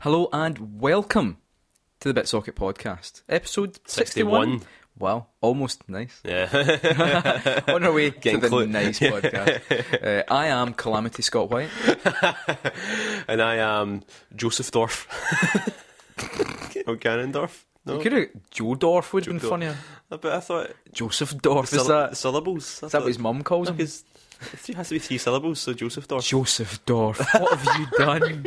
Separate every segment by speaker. Speaker 1: Hello and welcome to the BitSocket podcast, episode 61.
Speaker 2: 61.
Speaker 1: Wow, almost nice.
Speaker 2: Yeah.
Speaker 1: On our way to
Speaker 2: Getting
Speaker 1: the
Speaker 2: close.
Speaker 1: nice podcast. Uh, I am Calamity Scott White.
Speaker 2: and I am Joseph Dorf. or Ganondorf? No.
Speaker 1: Could have Joe Dorf would have been
Speaker 2: Dorf.
Speaker 1: funnier.
Speaker 2: But I thought.
Speaker 1: Joseph Dorf is
Speaker 2: syll-
Speaker 1: that? Is
Speaker 2: Syllables. I
Speaker 1: that
Speaker 2: thought-
Speaker 1: what his mum calls him?
Speaker 2: Because it has to be three syllables, so Joseph Dorf.
Speaker 1: Joseph Dorf. What have you done?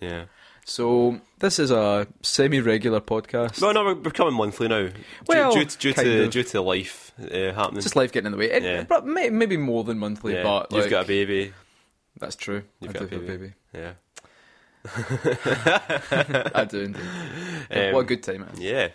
Speaker 2: yeah.
Speaker 1: So this is a semi-regular podcast.
Speaker 2: Well, no, we're becoming monthly now.
Speaker 1: Well,
Speaker 2: due, due, due
Speaker 1: kind
Speaker 2: to
Speaker 1: of.
Speaker 2: due to life uh, happening.
Speaker 1: Just life getting in the way. It-
Speaker 2: Yeah.
Speaker 1: But may, maybe more than monthly.
Speaker 2: yeah.
Speaker 1: but
Speaker 2: you've
Speaker 1: like,
Speaker 2: got a baby.
Speaker 1: That's true.
Speaker 2: You've
Speaker 1: I
Speaker 2: got
Speaker 1: do
Speaker 2: a
Speaker 1: have a
Speaker 2: baby.
Speaker 1: baby.
Speaker 2: Yeah.
Speaker 1: I do indeed.
Speaker 2: Um,
Speaker 1: what a good time it is.
Speaker 2: Yeah.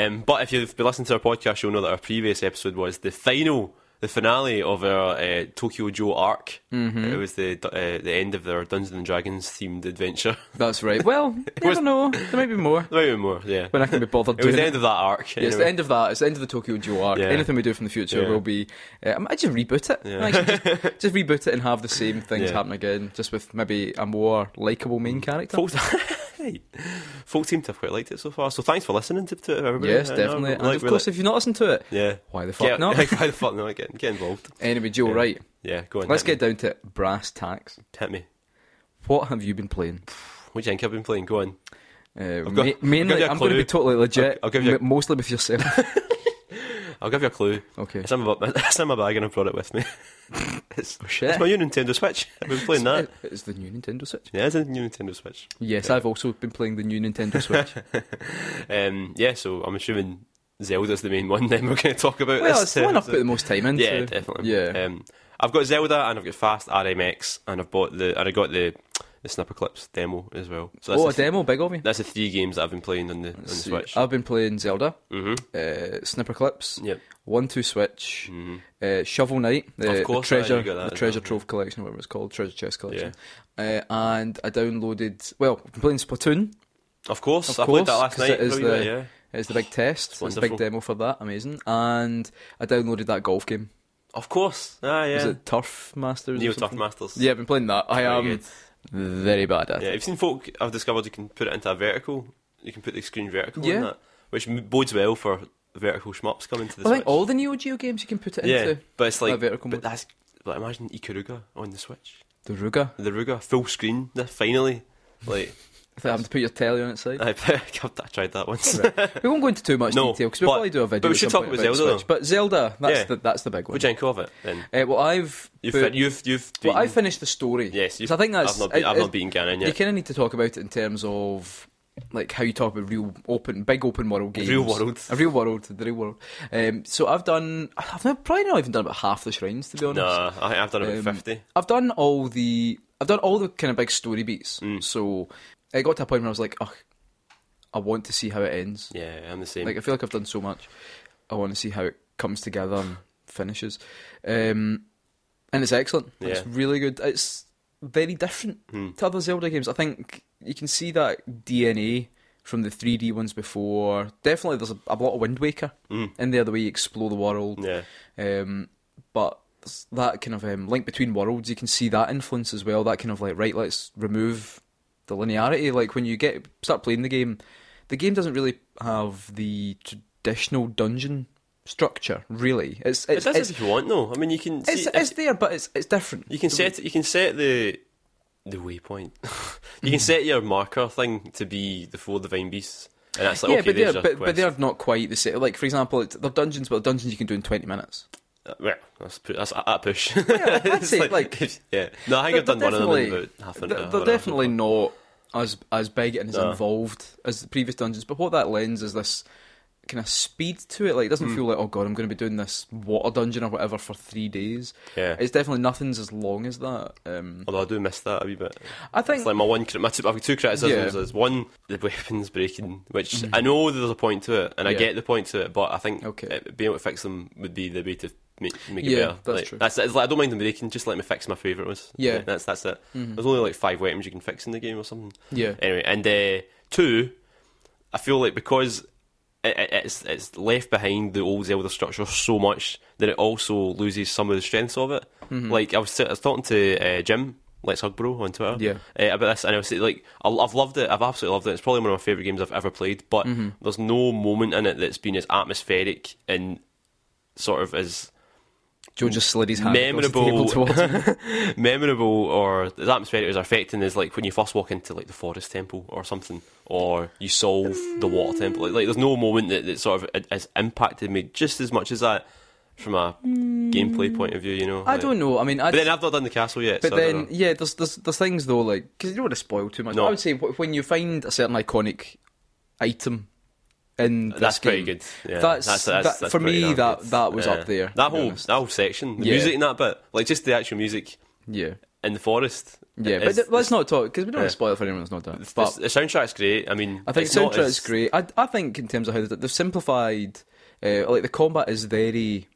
Speaker 2: Um, but if you've been listening to our podcast, you'll know that our previous episode was the final, the finale of our uh, Tokyo Joe arc.
Speaker 1: Hmm. Mm-hmm.
Speaker 2: It was the uh, the end of their Dungeons and Dragons themed adventure.
Speaker 1: That's right. Well, never
Speaker 2: was-
Speaker 1: know. There may be more
Speaker 2: Maybe more, yeah.
Speaker 1: when I can be bothered
Speaker 2: It was
Speaker 1: doing
Speaker 2: the
Speaker 1: it.
Speaker 2: end of that arc.
Speaker 1: Yeah, it's the
Speaker 2: anyway.
Speaker 1: end of that. It's the end of the Tokyo Duo arc.
Speaker 2: Yeah.
Speaker 1: Anything we do from the future
Speaker 2: Yeah.
Speaker 1: will be. Uh, I just reboot it.
Speaker 2: Yeah.
Speaker 1: Actually, just, just reboot it and have the same things
Speaker 2: Yeah. Mm.
Speaker 1: happen again, just with maybe a more likable main character.
Speaker 2: Folks, hey, folks seem to have quite liked it so far. So thanks for listening to, to it, everybody.
Speaker 1: yes,
Speaker 2: I know,
Speaker 1: definitely.
Speaker 2: like,
Speaker 1: and of
Speaker 2: really-
Speaker 1: course, if you've not listened to it,
Speaker 2: yeah.
Speaker 1: why the fuck
Speaker 2: Get-
Speaker 1: not?
Speaker 2: why the fuck not? Get, get involved.
Speaker 1: Anyway, Joe,
Speaker 2: Yeah.
Speaker 1: right.
Speaker 2: Yeah, go on.
Speaker 1: Let's
Speaker 2: hit
Speaker 1: get down to brass tacks.
Speaker 2: me. hit me.
Speaker 1: What have you been playing?
Speaker 2: What do you think I've been playing? Go on.
Speaker 1: Uh,
Speaker 2: got-
Speaker 1: ma-
Speaker 2: I'll give
Speaker 1: mainly,
Speaker 2: you a
Speaker 1: I'm going to
Speaker 2: clue.
Speaker 1: be totally legit.
Speaker 2: I'll give you a-
Speaker 1: m- mostly with yourself.
Speaker 2: I'll give you a clue.
Speaker 1: Okay.
Speaker 2: It's in my, it's in my bag and I brought it with me. it's,
Speaker 1: Oh, shit.
Speaker 2: it's my new Nintendo Switch. I've been playing that.
Speaker 1: It's the new Nintendo Switch.
Speaker 2: Yeah, it's a new Nintendo Switch.
Speaker 1: Yes, I've also been playing the new Nintendo Switch.
Speaker 2: Um, yeah, so I'm assuming Zelda's the main one then we're going to talk about.
Speaker 1: well,
Speaker 2: this
Speaker 1: it's the one I've
Speaker 2: time,
Speaker 1: put the most time into.
Speaker 2: so- Yeah, definitely.
Speaker 1: Yeah.
Speaker 2: Um, I've got Zelda and I've got Fast RMX and I've bought the and I got the the Snipper Clips demo as well. So that's
Speaker 1: oh,
Speaker 2: the
Speaker 1: a demo, Oh. big of you.
Speaker 2: That's the three games that I've been playing on the on the
Speaker 1: See,
Speaker 2: Switch.
Speaker 1: I've been playing Zelda,
Speaker 2: hmm
Speaker 1: uh, Snipper Clips,
Speaker 2: Yep.
Speaker 1: One Two Switch,
Speaker 2: hmm
Speaker 1: uh, Shovel Knight, the, the
Speaker 2: course, aye, you
Speaker 1: treasure,
Speaker 2: got that
Speaker 1: the
Speaker 2: as
Speaker 1: treasure
Speaker 2: well, yeah.
Speaker 1: trove collection, whatever it's called, treasure chest collection. Uh, and I downloaded. Well, I've been playing Splatoon.
Speaker 2: Of course,
Speaker 1: Of
Speaker 2: I played that
Speaker 1: course,
Speaker 2: last
Speaker 1: 'cause
Speaker 2: night.
Speaker 1: it is
Speaker 2: Probably
Speaker 1: the-
Speaker 2: that, yeah.
Speaker 1: It's the big test, it's a big
Speaker 2: wonderful.
Speaker 1: demo for that, amazing. And I downloaded that golf game.
Speaker 2: Of course, ah,
Speaker 1: Is
Speaker 2: yeah.
Speaker 1: it Turf Masters? or
Speaker 2: Neo Turf
Speaker 1: something?
Speaker 2: Masters.
Speaker 1: Yeah, I've been playing that. I
Speaker 2: Very
Speaker 1: am
Speaker 2: good.
Speaker 1: very bad at
Speaker 2: Yeah,
Speaker 1: it.
Speaker 2: you've seen folk. I've discovered you can put it into a vertical. You can put the screen vertical
Speaker 1: Yeah.
Speaker 2: in that, which m- bodes well for vertical shmups coming to the
Speaker 1: I
Speaker 2: Switch.
Speaker 1: think all the Neo Geo games you can put it
Speaker 2: yeah,
Speaker 1: into
Speaker 2: but it's
Speaker 1: a
Speaker 2: like,
Speaker 1: vertical
Speaker 2: but
Speaker 1: mode.
Speaker 2: that's. But imagine Ikaruga on the Switch,
Speaker 1: The Ruga.
Speaker 2: the Ruga full screen. the- Finally, like
Speaker 1: If I have to put your telly on its side.
Speaker 2: I, I tried that once.
Speaker 1: We won't go into too much
Speaker 2: No,
Speaker 1: detail because we'll
Speaker 2: but-
Speaker 1: probably do a video.
Speaker 2: but we
Speaker 1: at
Speaker 2: should
Speaker 1: some
Speaker 2: talk
Speaker 1: point
Speaker 2: about
Speaker 1: the
Speaker 2: Zelda,
Speaker 1: Switch. But Zelda, that's
Speaker 2: Yeah.
Speaker 1: the that's the big one.
Speaker 2: What do you think of it then?
Speaker 1: Uh, well, I've
Speaker 2: You've
Speaker 1: put-
Speaker 2: fin- you've you've
Speaker 1: well,
Speaker 2: beaten-
Speaker 1: I finished the story.
Speaker 2: yes. You've,
Speaker 1: so I think that's
Speaker 2: I've not, be-
Speaker 1: it-
Speaker 2: I've
Speaker 1: it-
Speaker 2: not beaten Ganon
Speaker 1: You
Speaker 2: yet.
Speaker 1: kind of need to talk about it in terms of like how you talk about real open, big open world games.
Speaker 2: Real world.
Speaker 1: a real world, the real world. Um, so I've done. I've not, probably not even done about half the shrines to be honest.
Speaker 2: Nah, I, I've done about
Speaker 1: Um,
Speaker 2: fifty.
Speaker 1: I've done all the I've done all the kind of big story beats.
Speaker 2: Mm.
Speaker 1: So it got to a point where I was like, ugh, I want to see how it ends.
Speaker 2: Yeah, I'm the same.
Speaker 1: Like I feel like I've done so much. I want to see how it comes together and finishes. Um, and it's excellent. It's
Speaker 2: Yeah.
Speaker 1: really good. It's very different
Speaker 2: Mm.
Speaker 1: to other Zelda games. I think you can see that DNA from the 3D ones before. Definitely, there's a, a lot of Wind Waker
Speaker 2: Mm.
Speaker 1: in there. The way you explore the world,
Speaker 2: Yeah,
Speaker 1: um, but s- that kind of um, link between worlds, you can see that influence as well. That kind of like, right, let's remove the linearity. Like when you get start playing the game, the game doesn't really have the traditional dungeon structure. Really, it's
Speaker 2: it
Speaker 1: it's
Speaker 2: does
Speaker 1: it's,
Speaker 2: if you want though. I mean, you can see
Speaker 1: it's,
Speaker 2: if-
Speaker 1: it's there, but it's it's different.
Speaker 2: You can
Speaker 1: The way-
Speaker 2: set you can set the the waypoint. you
Speaker 1: Hmm.
Speaker 2: can set your marker thing to be the four divine beasts, and that's like
Speaker 1: yeah,
Speaker 2: okay,
Speaker 1: but they're
Speaker 2: there's your
Speaker 1: but, but
Speaker 2: quest.
Speaker 1: they're not quite the same. Like for example, it's, they're dungeons, but dungeons you can do in twenty minutes.
Speaker 2: Uh, well, that's pu- that's a, a push.
Speaker 1: I'd
Speaker 2: It's
Speaker 1: say, like,
Speaker 2: if- yeah. No, I think
Speaker 1: they're-
Speaker 2: I've done
Speaker 1: they're
Speaker 2: one of them in
Speaker 1: definitely-
Speaker 2: about half an
Speaker 1: They're,
Speaker 2: hour.
Speaker 1: they're definitely not as as big and as
Speaker 2: No.
Speaker 1: involved as the previous dungeons, but what that lends is this kind of speed to it. Like it doesn't
Speaker 2: Hmm.
Speaker 1: feel like oh god, I'm going to be doing this water dungeon or whatever for three days.
Speaker 2: Yeah.
Speaker 1: It's definitely nothing's as long as that. Um,
Speaker 2: Although I do miss that a wee bit.
Speaker 1: I think
Speaker 2: It's like my one, cri- my two, I've got two criticisms.
Speaker 1: Yeah. Mm-hmm.
Speaker 2: Is one the weapons breaking, which I know there's a point to it, and I
Speaker 1: Yeah.
Speaker 2: get the point to it, but I think
Speaker 1: Okay.
Speaker 2: it- being able to fix them would be the way to make, make it
Speaker 1: Yeah,
Speaker 2: better.
Speaker 1: that's
Speaker 2: Like,
Speaker 1: true.
Speaker 2: That's it's like I don't mind them breaking, just let me fix my favourite ones.
Speaker 1: Yeah. Mm-hmm.
Speaker 2: that's that's it. There's only like five weapons you can fix in the game or something.
Speaker 1: yeah,
Speaker 2: Anyway, and uh, two, I feel like because it, it, it's it's left behind the old Zelda structure so
Speaker 1: Mm-hmm.
Speaker 2: much that it also loses some of the strengths of it. Like I was, I was talking to uh, Jim Let's Hug Bro on Twitter.
Speaker 1: Yeah.
Speaker 2: Uh, about this, and I was like, I- I've loved it. I've absolutely loved it. It's probably one of my favorite games I've ever played. But
Speaker 1: Mm-hmm.
Speaker 2: there's no moment in it that's been as atmospheric and sort of as
Speaker 1: Joe just slid his hand
Speaker 2: Memorable.
Speaker 1: across the table towards him.
Speaker 2: memorable or as atmospheric as affecting is like when you first walk into like the forest temple or something, or you solve the water temple. Like, like there's no moment that, that sort of has impacted me just as much as that from a gameplay point of view. You know,
Speaker 1: I
Speaker 2: Like-
Speaker 1: don't know. I mean, I
Speaker 2: But then I've not done the castle yet.
Speaker 1: But
Speaker 2: so I don't
Speaker 1: then,
Speaker 2: know.
Speaker 1: yeah, there's, there's there's things though, like because you don't want to spoil too much.
Speaker 2: No.
Speaker 1: I would say wh- when you find a certain iconic item in this
Speaker 2: that's pretty
Speaker 1: game,
Speaker 2: good. Yeah,
Speaker 1: that's, that- for
Speaker 2: pretty
Speaker 1: me
Speaker 2: damn
Speaker 1: that
Speaker 2: good.
Speaker 1: that was
Speaker 2: Yeah.
Speaker 1: up there. to
Speaker 2: That
Speaker 1: be
Speaker 2: whole
Speaker 1: honest.
Speaker 2: that whole section, the
Speaker 1: Yeah.
Speaker 2: music in that bit, like just the actual music
Speaker 1: yeah,
Speaker 2: in the forest.
Speaker 1: yeah.
Speaker 2: is-
Speaker 1: But th- let's not talk because we don't want
Speaker 2: yeah.
Speaker 1: to spoil it for anyone that's not done. it.
Speaker 2: is-
Speaker 1: But
Speaker 2: the soundtrack's great. I mean,
Speaker 1: I think
Speaker 2: it's not
Speaker 1: soundtrack's
Speaker 2: as-
Speaker 1: great. I I think in terms of how they- they've simplified, uh, like the combat is very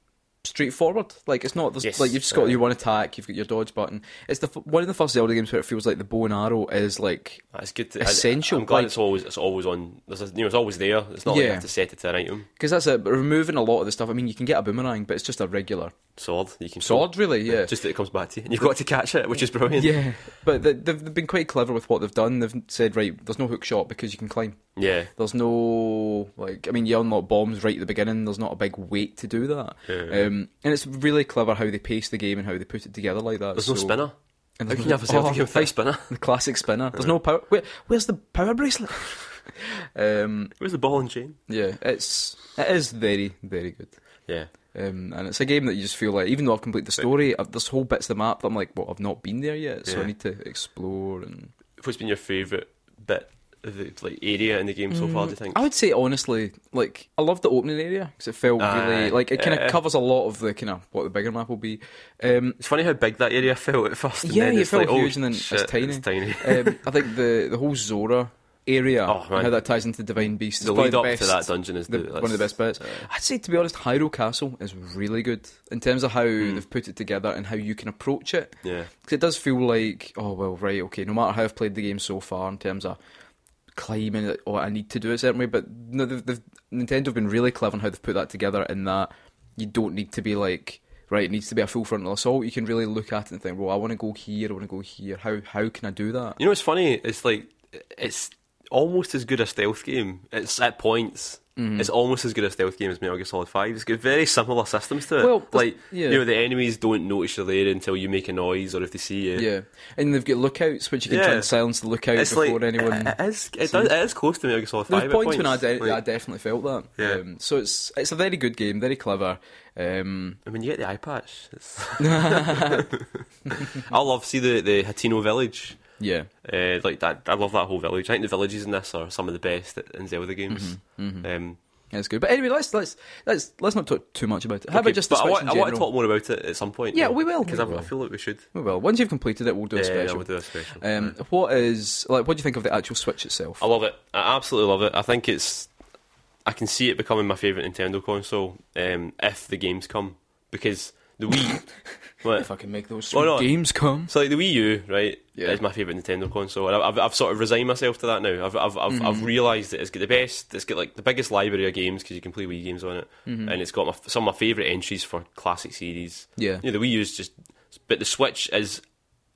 Speaker 1: straightforward. Like it's not there's-
Speaker 2: Yes. uh,
Speaker 1: like you've just got
Speaker 2: Yeah.
Speaker 1: your one attack, you've got your dodge button. It's the f- one of the first Zelda games where it feels like the bow and arrow is like
Speaker 2: It's good. To,
Speaker 1: Essential,
Speaker 2: I, am glad
Speaker 1: like-
Speaker 2: it's always it's always on. There's a, you know, it's always there. It's not like you
Speaker 1: Yeah.
Speaker 2: have to set it to an item.
Speaker 1: Because that's it. But removing a lot of the stuff. I mean, you can get a boomerang, but it's just a regular
Speaker 2: Sword you can
Speaker 1: sword, really. Yeah.
Speaker 2: Just that it comes back to you, and you've got to catch it, which is brilliant.
Speaker 1: yeah, but they- they've they've been quite clever with what they've done. They've said right, there's no hook shot because you can climb.
Speaker 2: yeah.
Speaker 1: There's no like, I mean, you unlock bombs right at the beginning. There's not a big wait to do that.
Speaker 2: Yeah.
Speaker 1: Um, and it's really clever how they pace the game and how they put it together like that.
Speaker 2: There's
Speaker 1: so,
Speaker 2: no spinner.
Speaker 1: And
Speaker 2: How
Speaker 1: there's
Speaker 2: can
Speaker 1: no-
Speaker 2: you have a Zelda
Speaker 1: Oh,
Speaker 2: game without a spinner?
Speaker 1: The classic spinner. There's no power. Where, where's the power bracelet? um,
Speaker 2: Where's the ball and chain?
Speaker 1: yeah, it's it is very very good.
Speaker 2: Yeah.
Speaker 1: Um, and it's a game that you just feel like, even though I've completed the story, I've, there's whole bits of the map that I'm like, well, I've not been there yet, so
Speaker 2: Yeah.
Speaker 1: I need to explore. And
Speaker 2: What's been your favourite bit of the like area in the game so far? Do you think?
Speaker 1: Mm, I would say honestly, like I love the opening area because it felt
Speaker 2: Aye.
Speaker 1: really like it kind of
Speaker 2: Yeah.
Speaker 1: covers a lot of the kind of what the bigger map will be. Um,
Speaker 2: It's funny how big that area felt at first. And
Speaker 1: Yeah,
Speaker 2: then
Speaker 1: it
Speaker 2: it's
Speaker 1: felt
Speaker 2: like, oh,
Speaker 1: huge and then it's
Speaker 2: shit,
Speaker 1: tiny.
Speaker 2: It's tiny.
Speaker 1: um, I think the the whole Zora area
Speaker 2: Oh, man.
Speaker 1: and how that ties into Divine Beast is
Speaker 2: the
Speaker 1: probably
Speaker 2: lead
Speaker 1: the
Speaker 2: up
Speaker 1: best,
Speaker 2: to that dungeon is
Speaker 1: the-
Speaker 2: the, uh,
Speaker 1: one of the best bits. I'd say to be honest, Hyrule Castle is really good in terms of how
Speaker 2: Hmm.
Speaker 1: they've put it together and how you can approach it.
Speaker 2: Yeah.
Speaker 1: Because it does feel like, oh, well, right, okay, no matter how I've played the game so far in terms of climbing it, or I need to do it a certain way, but no, they've, they've, Nintendo have been really clever in how they've put that together in that you don't need to be like, right, it needs to be a full frontal assault. You can really look at it and think, well, I want to go here, I want to go here. How how can I do that?
Speaker 2: You know, it's funny. It's like it's almost as good a stealth game. It's at points.
Speaker 1: Mm-hmm.
Speaker 2: It's almost as good a stealth game as Metal Gear Solid Five. It's got very similar systems to it.
Speaker 1: Well, there's-
Speaker 2: like
Speaker 1: yeah.
Speaker 2: you know, the enemies don't notice you're there until you make a noise or if they see you.
Speaker 1: Yeah. And they've got lookouts, which you can try
Speaker 2: Yeah.
Speaker 1: and silence the lookout
Speaker 2: It's
Speaker 1: before
Speaker 2: like
Speaker 1: anyone.
Speaker 2: It, it, is, it, does, it is close to Metal Gear Solid
Speaker 1: There
Speaker 2: Five.
Speaker 1: was
Speaker 2: at
Speaker 1: points when I, de-
Speaker 2: Like,
Speaker 1: I definitely felt that.
Speaker 2: Yeah.
Speaker 1: Um, so it's it's a very good game, very clever. Um,
Speaker 2: I mean, you get the eye patch. It's I love see the the Hatino village.
Speaker 1: yeah.
Speaker 2: Uh, like that, I love that whole village. I think the villages in this are some of the best in Zelda games.
Speaker 1: Mm-hmm,
Speaker 2: Um,
Speaker 1: That's good. But anyway, let's let's let's let's not talk too much about it. How
Speaker 2: okay,
Speaker 1: about just the
Speaker 2: but I
Speaker 1: Switch
Speaker 2: want,
Speaker 1: in
Speaker 2: I
Speaker 1: general?
Speaker 2: want to talk more about it at some point.
Speaker 1: Yeah, we will,
Speaker 2: Because
Speaker 1: we
Speaker 2: I,
Speaker 1: will.
Speaker 2: I feel like we should.
Speaker 1: well, once you've completed it, we'll do a
Speaker 2: Yeah, yeah,
Speaker 1: special.
Speaker 2: we'll do a special.
Speaker 1: um, What is like? What do you think of the actual Switch itself?
Speaker 2: I love it. I absolutely love it. I think it's. I can see it becoming my favourite Nintendo console um, if the games come because the Wii. what?
Speaker 1: if I can make those
Speaker 2: Why not?
Speaker 1: games come,
Speaker 2: So like the Wii U, right,
Speaker 1: Yeah.
Speaker 2: is my favourite Nintendo console, and I- I've, I've sort of resigned myself to that now. I've I've I've, I've realised that it's got the best, it's got like the biggest library of games because you can play Wii games on it, and it's got my, some of my favourite entries for classic series.
Speaker 1: Yeah.
Speaker 2: you know, the Wii U is just, but the Switch is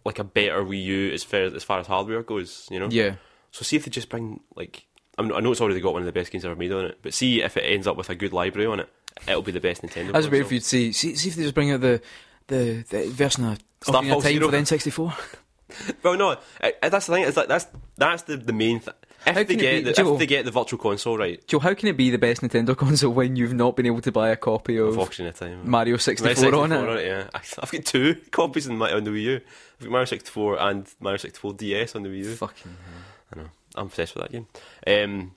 Speaker 2: like a better Wii U as far as far as hardware goes. You know,
Speaker 1: yeah,
Speaker 2: so see if they just bring like I, mean, I know it's already got one of the best games ever made on it, but see if it ends up with a good library on it, it'll be the best Nintendo.
Speaker 1: I was waiting
Speaker 2: console.
Speaker 1: for you to see, see see if they just bring out the the, the version of
Speaker 2: Star
Speaker 1: Ocarina of
Speaker 2: Fox
Speaker 1: Time
Speaker 2: Zero.
Speaker 1: for the N64.
Speaker 2: Well, no, I, I- that's the thing. It's like that's that's the, the main thing. If
Speaker 1: How
Speaker 2: they
Speaker 1: can it
Speaker 2: get
Speaker 1: be-
Speaker 2: the,
Speaker 1: Joe-
Speaker 2: if they get the virtual console right,
Speaker 1: Joe, how can it be the best Nintendo console when you've not been able to buy a copy
Speaker 2: I've
Speaker 1: of
Speaker 2: auctioned it time.
Speaker 1: Mario 64, on it?
Speaker 2: yeah. I- I've got two copies in my on the Wii U. I've got Mario 64 and Mario 64 DS on the Wii U.
Speaker 1: Fucking
Speaker 2: I know. I'm obsessed with that game. Um,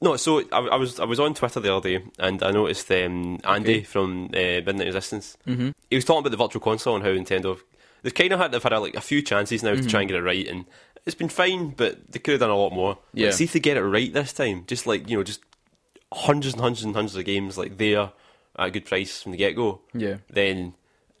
Speaker 2: no, so I, I was I was on Twitter the other day and I noticed um, Andy
Speaker 1: Okay. Mm.
Speaker 2: from uh, Midnight Resistance. Mm-hmm. He was talking about the virtual console and how Nintendo they've kind of had they've had like a few chances
Speaker 1: Mm-hmm.
Speaker 2: now to try and get it right, and it's been fine, but they could have done a lot more. Like,
Speaker 1: Yeah.
Speaker 2: see if they get it right this time. Just like you know, just hundreds and hundreds and hundreds of games like there at a good price from the get go.
Speaker 1: yeah.
Speaker 2: Then.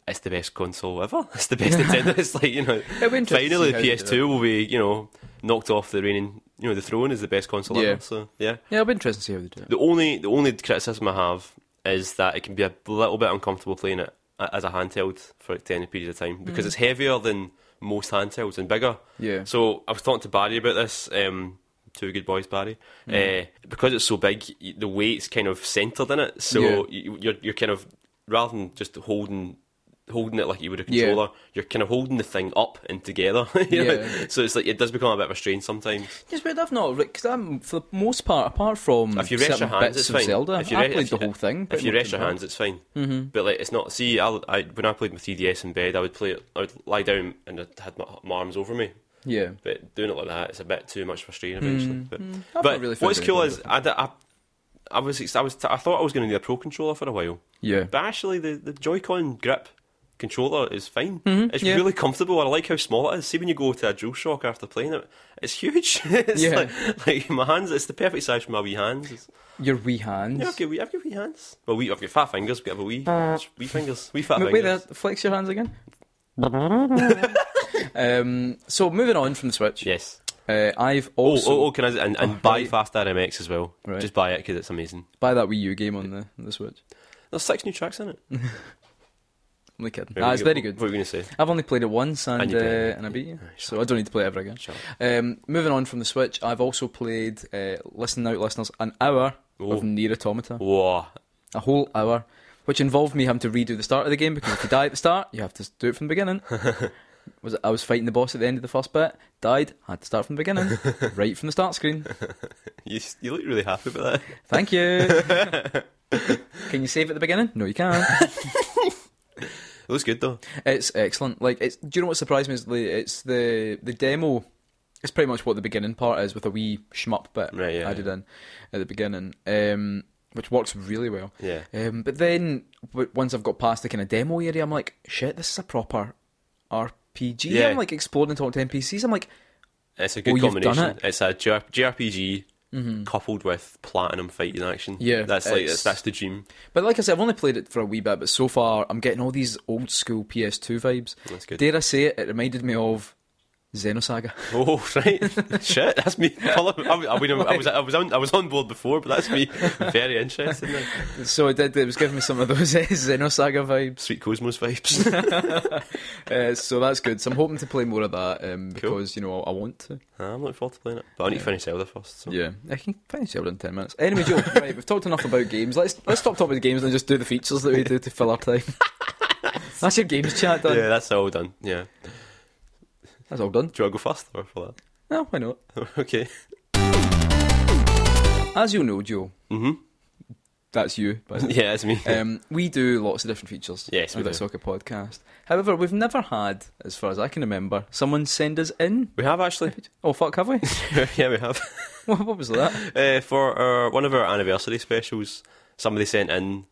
Speaker 2: It's the best console ever. It's the best Nintendo. It's like you know,
Speaker 1: It'll be interesting to
Speaker 2: finally
Speaker 1: see
Speaker 2: the
Speaker 1: how they do it.
Speaker 2: PS2 will be you know knocked off the reigning you know the throne is the best console
Speaker 1: Yeah.
Speaker 2: ever. So yeah,
Speaker 1: Yeah, it'll be interesting to see how they do it.
Speaker 2: the only the only criticism I have is that it can
Speaker 1: Mm.
Speaker 2: be a little bit uncomfortable playing it a- as a handheld for extended periods of time because it's heavier than most handhelds and bigger.
Speaker 1: Yeah.
Speaker 2: So I was talking to Barry about this. Um, two good boys, Barry.
Speaker 1: Mm.
Speaker 2: Uh, because it's so big, y- the weight's kind of centered in it. So
Speaker 1: Yeah.
Speaker 2: you, you're you're kind of rather than just holding holding it like you would a controller, you're kind of holding the thing up and together. you know?
Speaker 1: Yeah. Mm.
Speaker 2: So it's like it does become a bit of a strain sometimes.
Speaker 1: It's weird. I've not because I'm for the most part, apart from
Speaker 2: If you rest
Speaker 1: certain
Speaker 2: your hands,
Speaker 1: bits
Speaker 2: it's
Speaker 1: of
Speaker 2: fine.
Speaker 1: Zelda,
Speaker 2: if you
Speaker 1: I
Speaker 2: re-
Speaker 1: played
Speaker 2: if
Speaker 1: the
Speaker 2: you-
Speaker 1: whole thing.
Speaker 2: If
Speaker 1: pretty
Speaker 2: you
Speaker 1: much
Speaker 2: rest your
Speaker 1: in
Speaker 2: hands, it's fine.
Speaker 1: Mm-hmm.
Speaker 2: But like, it's not. See, I, I when I played my 3DS in bed, I would play it. I would lie down and I had my, my arms over me.
Speaker 1: one. Yeah.
Speaker 2: But doing it like that, it's a bit too much for strain eventually. But,
Speaker 1: Hmm. I've
Speaker 2: but
Speaker 1: not really found
Speaker 2: what's
Speaker 1: it
Speaker 2: cool
Speaker 1: enjoyable.
Speaker 2: is I, d- I- I was ex- I was t- I thought I was going to need a pro controller for a while,
Speaker 1: Yeah.
Speaker 2: but actually the, the Joy-Con grip controller is fine. it's
Speaker 1: Mm-hmm. yeah.
Speaker 2: really comfortable. I like how small it is. See when you go to a DualShock after playing it, it's huge. it's
Speaker 1: Yeah.
Speaker 2: like, like my hands. It's the perfect size for my wee hands. It's,
Speaker 1: Your wee hands.
Speaker 2: yeah, I've got wee, I've got wee hands. Well, wee, I've got fat fingers. But I've got wee, wee fingers, wee fat
Speaker 1: Uh, Wait, wait there.
Speaker 2: fingers.
Speaker 1: Flex your hands again. um, so moving on from the Switch,
Speaker 2: Yes.
Speaker 1: uh, I've
Speaker 2: Oh,
Speaker 1: also
Speaker 2: oh, oh, can I and, and buy
Speaker 1: right.
Speaker 2: Fast RMX as well?
Speaker 1: Right.
Speaker 2: Just buy it because it's amazing.
Speaker 1: buy that Wii U game on the the Switch.
Speaker 2: There's six new tracks in it.
Speaker 1: Only kidding. Ah, it's very good.
Speaker 2: What were you going to say?
Speaker 1: I've only played it once and and,
Speaker 2: And you
Speaker 1: uh,
Speaker 2: beat it.
Speaker 1: and I beat you,
Speaker 2: Yeah, shut
Speaker 1: so I don't need to play it ever again.
Speaker 2: Shut up.
Speaker 1: Um, moving on from the Switch, I've also played, uh, listen out, listeners, an hour
Speaker 2: Oh.
Speaker 1: of Near Automata,
Speaker 2: Whoa.
Speaker 1: a whole hour, which involved me having to redo the start of the game because if you die at the start, you have to do it from the beginning. was I was fighting the boss at the end of the first bit, died, had to start from the beginning, right from the start screen.
Speaker 2: You, s- you look really happy about that.
Speaker 1: Thank you. Can you save at the beginning? No, you can't.
Speaker 2: It looks good though.
Speaker 1: It's excellent. Like, it's, do you know what surprised me? Is the, it's the the demo. It's pretty much what the beginning part is with a wee shmup bit
Speaker 2: Right, yeah,
Speaker 1: added in at the beginning, um, which works really well.
Speaker 2: Yeah.
Speaker 1: Um, but then w- once I've got past the kind of demo area, I'm like, shit, this is a proper RPG.
Speaker 2: Yeah.
Speaker 1: I'm like exploring and talking to NPCs. I'm like,
Speaker 2: It's a good
Speaker 1: Oh, you've done Mm-hmm.
Speaker 2: combination. It's a JR- JRPG coupled with platinum fighting action.
Speaker 1: Yeah,
Speaker 2: That's like
Speaker 1: it's-
Speaker 2: that's, that's the dream.
Speaker 1: But like I said, I've only played it for a wee bit, but so far I'm getting all these old school PS2 vibes.
Speaker 2: That's good.
Speaker 1: Dare I say it? It reminded me of Xenosaga.
Speaker 2: Oh right, shit, that's me. Follow- I, was- I, mean, I was I was on I was on board before, but that's me. Very interesting. now.
Speaker 1: so it did. It was giving me some of those eh, Xenosaga vibes.
Speaker 2: Sweet Cosmos vibes.
Speaker 1: Uh, so that's good. So I'm hoping to play more of that um, because you know I, I want to.
Speaker 2: I'm looking forward to playing it, but I need to finish Zelda first. So.
Speaker 1: Yeah, I can finish it in ten minutes. Anyway, Joe, right, we've talked enough about games. Let's let's stop talking about games and just do the features that we do to fill our time. that's your games chat done.
Speaker 2: Yeah, that's all done. Yeah.
Speaker 1: That's all done.
Speaker 2: Do I go first or for
Speaker 1: No, why not?
Speaker 2: that? okay.
Speaker 1: As you know, Joe,
Speaker 2: hmm
Speaker 1: that's you. By the way.
Speaker 2: Yeah, that's me.
Speaker 1: um, we do lots of different features
Speaker 2: Yes, we
Speaker 1: with the
Speaker 2: do.
Speaker 1: Soccer Podcast. However, we've never had, as far as I can remember, someone send us in.
Speaker 2: we have actually.
Speaker 1: Oh fuck, have we?
Speaker 2: yeah, we have.
Speaker 1: what, what was that?
Speaker 2: uh, for our, one of our anniversary specials, somebody sent in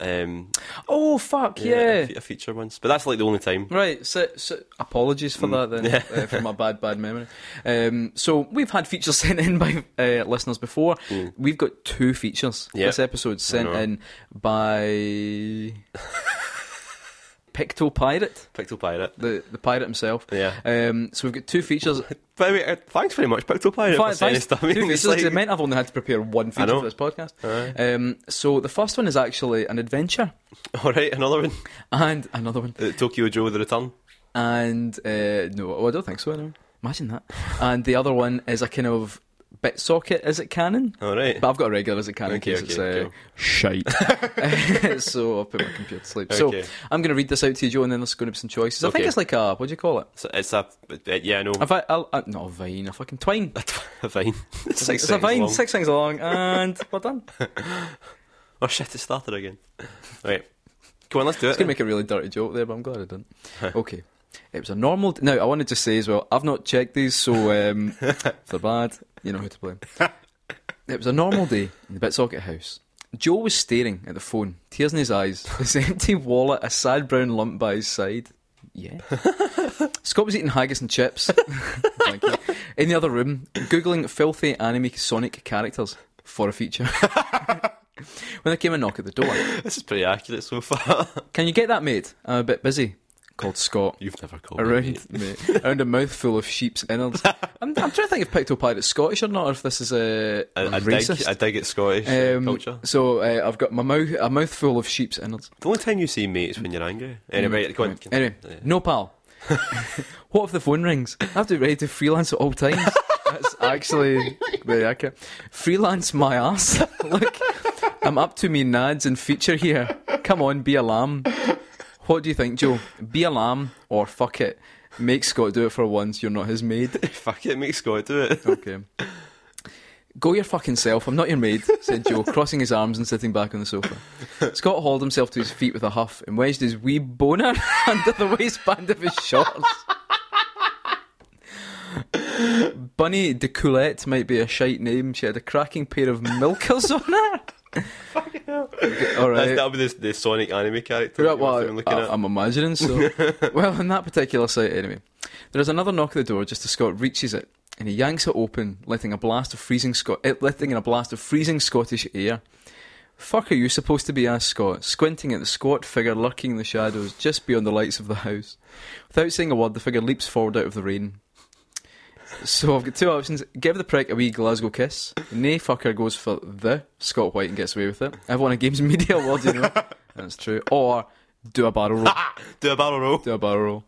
Speaker 2: um,
Speaker 1: Oh fuck,
Speaker 2: yeah,
Speaker 1: yeah.
Speaker 2: A, fe- a feature once, but that's like the only time.
Speaker 1: Right, so, so apologies for that then, uh, for my bad, bad memory. Um, so we've had features sent in by uh, listeners before. We've got two features
Speaker 2: Yeah.
Speaker 1: this episode sent
Speaker 2: know.
Speaker 1: in by Picto Pirate,
Speaker 2: Picto Pirate.
Speaker 1: the, the pirate himself.
Speaker 2: Yeah.
Speaker 1: Um, so we've got two features.
Speaker 2: By the way, uh, thanks very much, Picto Pirate, for
Speaker 1: Fine,
Speaker 2: sending
Speaker 1: thanks.
Speaker 2: stuff. I
Speaker 1: Two
Speaker 2: mean,
Speaker 1: features.
Speaker 2: it's like-
Speaker 1: It meant I've only had to prepare one feature
Speaker 2: know.
Speaker 1: for this podcast. Um, so the first one is actually an adventure,
Speaker 2: all right, another one.
Speaker 1: and another one
Speaker 2: Uh, Tokyo Joe: The Return.
Speaker 1: and uh, no, oh, I don't think so. No. Imagine that. And the other one is a kind of bit socket. Is it Canon?
Speaker 2: All right.
Speaker 1: But I've got a regular as it can in
Speaker 2: Okay,
Speaker 1: case it's
Speaker 2: okay,
Speaker 1: uh,
Speaker 2: okay.
Speaker 1: shite. so I'll put my computer to sleep.
Speaker 2: Okay.
Speaker 1: So I'm going to read this out to you, Joe, and then there's going to be some choices. I think
Speaker 2: Okay.
Speaker 1: it's like a, what do you call it?
Speaker 2: So it's a uh, yeah, I know.
Speaker 1: A vi- a, a, not a vine, a fucking twine.
Speaker 2: a vine. Six
Speaker 1: it's a
Speaker 2: seconds
Speaker 1: vine,
Speaker 2: long.
Speaker 1: six things along, and we're done. It's
Speaker 2: Oh shit! It started again. Right, come on, let's do it.
Speaker 1: going to make a really dirty joke there, but I'm glad I didn't. okay. It was a normal. D- now, I want to just say as well, I've not checked these, so um, if they're bad, you know who to blame. It was a normal day in the Bitsocket house. Joe was staring at the phone, tears in his eyes, his empty wallet, a sad brown lump by his side. Yeah. Scott was eating haggis and chips Thank you. in the other room, googling filthy anime Sonic characters for a feature. when there came a knock at the door.
Speaker 2: This is pretty accurate so far.
Speaker 1: Can you get that made? I'm a bit busy. Called Scott
Speaker 2: You've never called me, mate.
Speaker 1: around Oh, mate, around a mouthful of sheep's innards. I'm, I'm trying to think if Pictopirate's Scottish or not, or if this is a,
Speaker 2: I, I dig,
Speaker 1: racist.
Speaker 2: I dig at Scottish uh,
Speaker 1: Um,
Speaker 2: culture.
Speaker 1: So uh, I've got my mouth a mouthful of sheep's innards. Mm.
Speaker 2: The only time you see mate is when you're angry. Anyway, go on.
Speaker 1: Anyway, no pal. What if the phone rings? I have to be ready to freelance at all times. That's actually very accurate. Freelance my ass. Look, I'm up to me nads and feature here. Come on, be a lamb. What do you think, Joe? Be a lamb or fuck it. Make Scott do it for once. You're not his maid.
Speaker 2: Fuck it, make Scott do it.
Speaker 1: Okay. Go your fucking self. I'm not your maid, said Joe, crossing his arms and sitting back on the sofa. Scott hauled himself to his feet with a huff and wedged his wee boner under the waistband of his shorts. Bunny de Coulette might be a shite name. She had a cracking pair of milkers on her. All
Speaker 2: That's,
Speaker 1: right.
Speaker 2: that'll be the, the Sonic anime character.
Speaker 1: Well,
Speaker 2: that you must have
Speaker 1: well, uh, um,
Speaker 2: been looking
Speaker 1: I,
Speaker 2: at.
Speaker 1: I'm imagining so. well, on that particular site, anyway, there is another knock at the door just as Scott reaches it, and he yanks it open, letting a blast of freezing Scot- eh, letting in a blast of freezing Scottish air. Fuck are you supposed to be, asked Scott, squinting at the squat figure lurking in the shadows just beyond the lights of the house. Without saying a word, the figure leaps forward out of the rain. So I've got two options. Give the prick a wee Glasgow kiss. Nay, fucker goes for the Scott White and gets away with it. I've won a Games Media Award, you know. That's true. Or do a barrel roll.
Speaker 2: Do a barrel roll.
Speaker 1: do a barrel roll.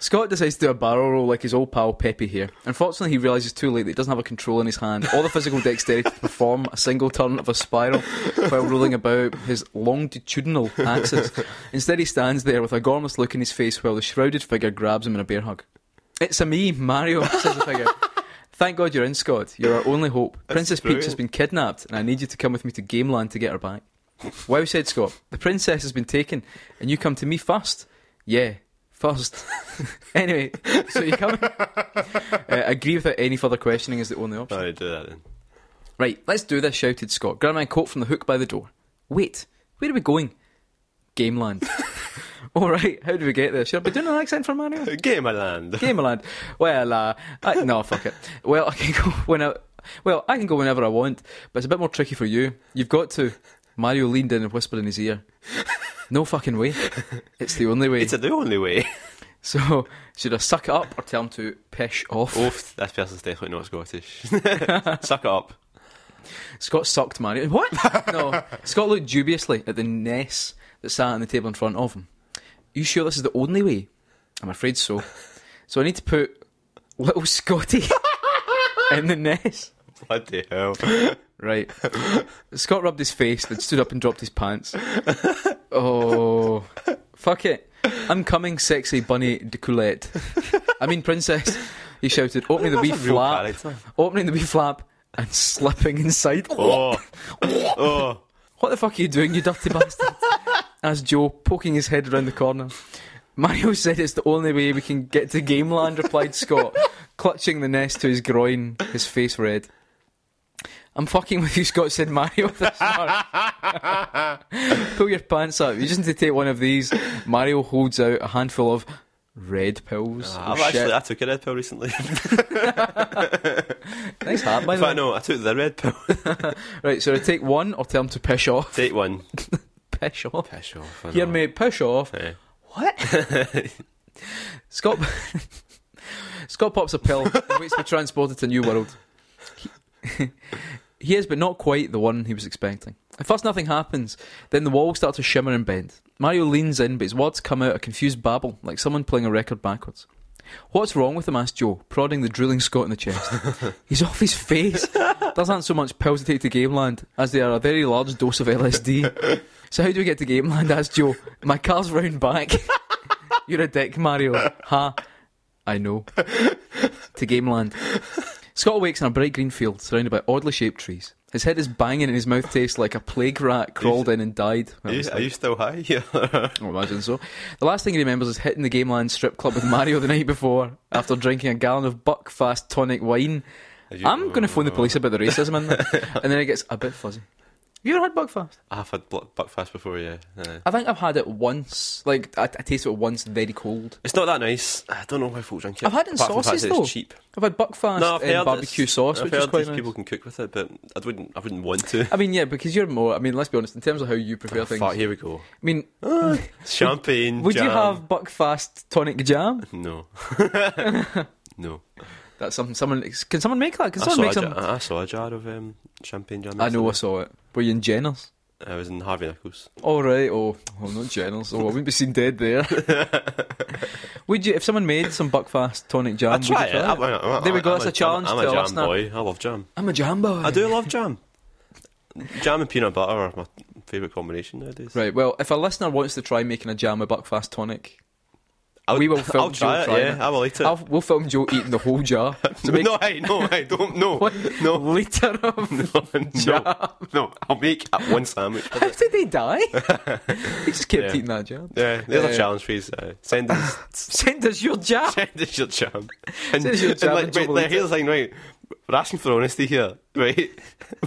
Speaker 1: Scott decides to do a barrel roll like his old pal Pepe here. Unfortunately, he realises too late that he doesn't have a control in his hand or the physical dexterity to perform a single turn of a spiral while rolling about his longitudinal axis. Instead, he stands there with a gormless look in his face while the shrouded figure grabs him in a bear hug. It's a me, Mario, says the figure. Thank God you're in, Scott. You're our only hope. Princess Peach has
Speaker 2: brilliant.
Speaker 1: been kidnapped, and I need you to come with me to Gameland to get her back. Wow, said Scott. The princess has been taken, and you come to me first. Yeah, first. anyway, so you come. uh, agree without any further questioning is the only option.
Speaker 2: Alright, do that then.
Speaker 1: Right, let's do this, shouted Scott, grabbing my coat from the hook by the door. Wait, where are we going? Gameland. All right, how do we get there? Should I be doing an accent for Mario?
Speaker 2: Game of land.
Speaker 1: Gameland. Well, uh, I, no, fuck it. Well, I can go when I, well, I can go whenever I want, but it's a bit more tricky for you. You've got to. Mario leaned in and whispered in his ear. No fucking way. It's the only way.
Speaker 2: It's the only way.
Speaker 1: so, should I suck it up or tell him to pish off?
Speaker 2: Oof, that person's definitely not Scottish. Suck it up.
Speaker 1: Scott sucked Mario. What? No. Scott looked dubiously at the Ness that sat on the table in front of him. You sure this is the only way? I'm afraid so. So I need to put little Scotty in the Ness.
Speaker 2: What the hell?
Speaker 1: Right. Scott rubbed his face, then stood up and dropped his pants. Oh, fuck it. I'm coming, sexy bunny de Coulette. I mean, princess. He shouted, opening the wee
Speaker 2: That's a real
Speaker 1: flap,
Speaker 2: character.
Speaker 1: opening the wee flap, and slipping inside.
Speaker 2: Oh. oh.
Speaker 1: What the fuck are you doing, you dirty bastard? As Joe, poking his head around the corner. Mario said it's the only way we can get to Gameland, replied Scott, clutching the nest to his groin, his face red. I'm fucking with you, Scott said Mario with a snarl. Pull your pants up. You just need to take one of these. Mario holds out a handful of red pills.
Speaker 2: Ah, I've
Speaker 1: oh,
Speaker 2: actually,
Speaker 1: shit.
Speaker 2: I took a red pill recently. In
Speaker 1: Nice hat, by the way.
Speaker 2: fact, no, I took the red pill.
Speaker 1: Right, so I take one or tell him to pish off.
Speaker 2: Take one.
Speaker 1: Pish off.
Speaker 2: Pish off. I
Speaker 1: Here,
Speaker 2: know.
Speaker 1: mate, pish off.
Speaker 2: Eh.
Speaker 1: What? Scott Scott pops a pill and waits to be transported to a new world. He- he is, but not quite the one he was expecting. At first, nothing happens. Then the walls start to shimmer and bend. Mario leans in, but his words come out a confused babble, like someone playing a record backwards. What's wrong with him? asked Joe, prodding the drilling Scott in the chest. He's off his face. There's not so much pills to take to Gameland as they are a very large dose of LSD. So how do we get to Gameland? asked Joe. My car's round back. You're a dick, Mario. Ha. I know. To Gameland. Scott awakes in a bright green field surrounded by oddly shaped trees. His head is banging and his mouth tastes like a plague rat crawled in and died. while
Speaker 2: Are
Speaker 1: he
Speaker 2: you,
Speaker 1: was
Speaker 2: are you still high here?
Speaker 1: I imagine Oh, so. The last thing he remembers is hitting the Gameland strip club with Mario the night before after drinking a gallon of Buckfast tonic wine.
Speaker 2: Have you- Oh.
Speaker 1: I'm going to phone the police about the racism in that. And then it gets a bit fuzzy. You ever had Buckfast?
Speaker 2: I've had bl- Buckfast before, yeah. Eh.
Speaker 1: I think I've had it once. Like, I, I tasted it once very cold.
Speaker 2: It's not that nice. I don't know why folk drink it.
Speaker 1: I've had it in
Speaker 2: Apart from the fact
Speaker 1: sauces,
Speaker 2: that it's
Speaker 1: though.
Speaker 2: cheap.
Speaker 1: I've had Buckfast
Speaker 2: No, I've
Speaker 1: and
Speaker 2: heard
Speaker 1: barbecue
Speaker 2: it's-
Speaker 1: sauce,
Speaker 2: I've
Speaker 1: which
Speaker 2: heard
Speaker 1: is quite
Speaker 2: these
Speaker 1: nice.
Speaker 2: people can cook with it, but I wouldn't. I wouldn't want to.
Speaker 1: I mean, yeah, because you're more. I mean, let's be honest, in terms of how you prefer things.
Speaker 2: Fuck,
Speaker 1: I
Speaker 2: here we go.
Speaker 1: mean,
Speaker 2: Champagne.
Speaker 1: would you
Speaker 2: jam.
Speaker 1: have Buckfast tonic jam?
Speaker 2: No. no.
Speaker 1: That's something someone. Can someone make that? Can
Speaker 2: I saw,
Speaker 1: someone
Speaker 2: a
Speaker 1: make
Speaker 2: jar,
Speaker 1: some?
Speaker 2: I saw a jar of um, champagne jam.
Speaker 1: I know I
Speaker 2: yesterday.
Speaker 1: saw it. Were you in Jenner's?
Speaker 2: I was in Harvey Nichols.
Speaker 1: All right. Oh, oh, not generals. Oh, I wouldn't be seen dead there. Would you, if someone made some Buckfast tonic jam,
Speaker 2: I'd try
Speaker 1: would you
Speaker 2: it.
Speaker 1: try
Speaker 2: I'm- I'm- I'm-
Speaker 1: there we go.
Speaker 2: I'm
Speaker 1: that's
Speaker 2: a-
Speaker 1: a, challenge
Speaker 2: I'm,
Speaker 1: to
Speaker 2: I'm a
Speaker 1: our
Speaker 2: jam
Speaker 1: listener.
Speaker 2: boy. I love jam.
Speaker 1: I'm a jam boy.
Speaker 2: I do love jam. jam and peanut butter are my favourite combination nowadays.
Speaker 1: Right. Well, if a listener wants to try making a jam with Buckfast tonic,
Speaker 2: I'll,
Speaker 1: We will film
Speaker 2: I'll try
Speaker 1: Joe
Speaker 2: it.
Speaker 1: trying
Speaker 2: yeah,
Speaker 1: it.
Speaker 2: I will eat it.
Speaker 1: I'll, we'll film Joe eating the whole jar to make
Speaker 2: no, hey, no, I don't. No,
Speaker 1: no.
Speaker 2: no,
Speaker 1: liter of.
Speaker 2: no, no, no. I'll make one sandwich.
Speaker 1: How did they die? he just kept
Speaker 2: Yeah.
Speaker 1: eating that jam.
Speaker 2: Yeah, there's
Speaker 1: Yeah.
Speaker 2: a challenge, please. Uh, send us,
Speaker 1: Send us your jam.
Speaker 2: send us your jam.
Speaker 1: Send us your jam
Speaker 2: like,
Speaker 1: and
Speaker 2: wait,
Speaker 1: Joe will
Speaker 2: like,
Speaker 1: eat
Speaker 2: here's the thing, right? We're asking for honesty here, right?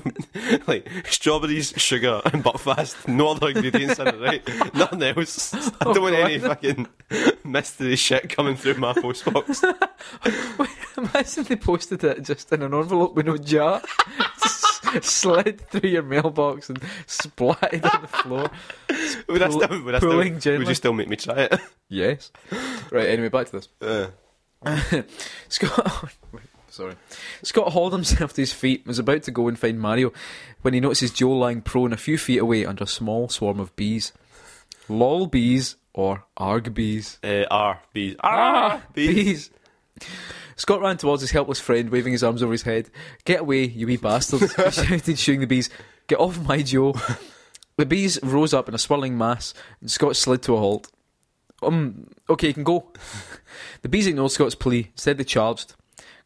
Speaker 2: like strawberries, sugar, and Buckfast. No other ingredients in it, right? Nothing else. I
Speaker 1: Oh,
Speaker 2: don't want any fucking mystery shit coming through my postbox.
Speaker 1: Imagine they posted it just in an envelope with no jar, S- slid through your mailbox and splatted on the floor.
Speaker 2: Would I
Speaker 1: Pull-
Speaker 2: still, would I still,
Speaker 1: pulling
Speaker 2: would
Speaker 1: gently.
Speaker 2: you still make me try it?
Speaker 1: Yes. Right. Anyway, back to this.
Speaker 2: Uh,
Speaker 1: Scott. Sorry. Scott hauled himself to his feet and was about to go and find Mario when he notices Joe lying prone a few feet away under a small swarm of bees. Lol bees or arg bees.
Speaker 2: uh, R, B, R, B.
Speaker 1: Bees. Ah, Scott ran towards his helpless friend, waving his arms over his head. Get away, you wee bastard, he shouted, shooing the bees. Get off my Joe. The bees rose up in a swirling mass, and Scott slid to a halt. Um, okay, you can go. the bees ignored Scott's plea. Instead, they charged.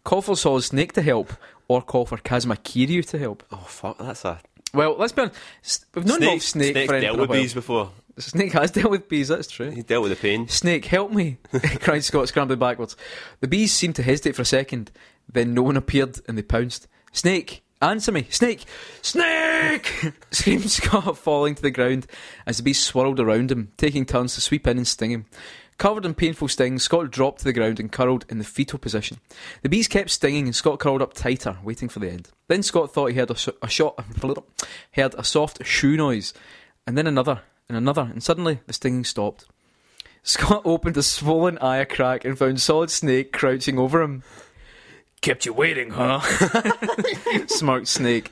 Speaker 1: Call for Saw Snake to help, or call for Kazma Kiryu to help.
Speaker 2: Oh, fuck, that's a.
Speaker 1: Well, let's be honest. s- We've not involved Snake,
Speaker 2: Snake's
Speaker 1: for anything
Speaker 2: dealt with
Speaker 1: for a while.
Speaker 2: bees before.
Speaker 1: Snake has dealt with bees, that's true.
Speaker 2: He dealt with the pain.
Speaker 1: Snake, help me! cried Scott, scrambling backwards. The bees seemed to hesitate for a second, then no one appeared and they pounced. Snake, answer me! Snake! Snake! screamed Scott, falling to the ground as the bees swirled around him, taking turns to sweep in and sting him. Covered in painful stings, Scott dropped to the ground and curled in the fetal position. The bees kept stinging, and Scott curled up tighter, waiting for the end. Then Scott thought he heard a, so- a shot, heard a soft shoe noise, and then another, and another, and suddenly the stinging stopped. Scott opened a swollen eye a crack and found Solid Snake crouching over him. Kept you waiting, huh? Smirked Snake.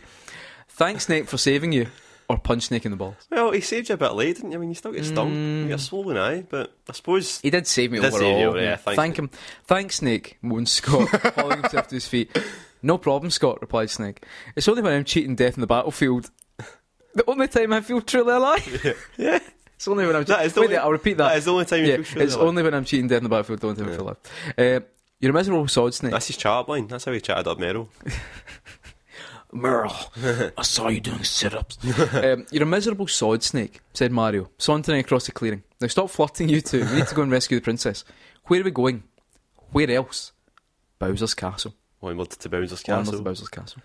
Speaker 1: Thanks, Snake, for saving you. Or punch Snake in the balls.
Speaker 2: Well, he saved you a bit late, didn't you? I mean, you still get stung. You
Speaker 1: Mm.
Speaker 2: get a swollen eye, but I suppose.
Speaker 1: He did save me
Speaker 2: Did
Speaker 1: overall.
Speaker 2: save you, yeah, thanks,
Speaker 1: Thank him. Thanks, Snake, moaned Scott, hauling himself to his feet. No problem, Scott, replied Snake. It's only when I'm cheating death in the battlefield. The only time I feel truly alive.
Speaker 2: Yeah.
Speaker 1: It's only when I'm
Speaker 2: That
Speaker 1: cheating.
Speaker 2: is the
Speaker 1: Wait,
Speaker 2: only-
Speaker 1: there, I'll repeat that.
Speaker 2: That is the only time you
Speaker 1: yeah,
Speaker 2: feel sure
Speaker 1: it's
Speaker 2: they're like-
Speaker 1: only when I'm cheating death in the battlefield, the only time I feel alive. Uh, you're a miserable sword snake.
Speaker 2: That's his chat line. That's how he chatted up Meryl.
Speaker 1: Merle, I saw you doing sit ups. um, you're a miserable sod snake, said Mario, sauntering across the clearing. Now stop flirting, you two. We need to go and rescue the princess. Where are we going? Where else? Bowser's Castle.
Speaker 2: Oh, Wanted to Bowser's
Speaker 1: Castle.
Speaker 2: Castle.
Speaker 1: Bowser's Castle.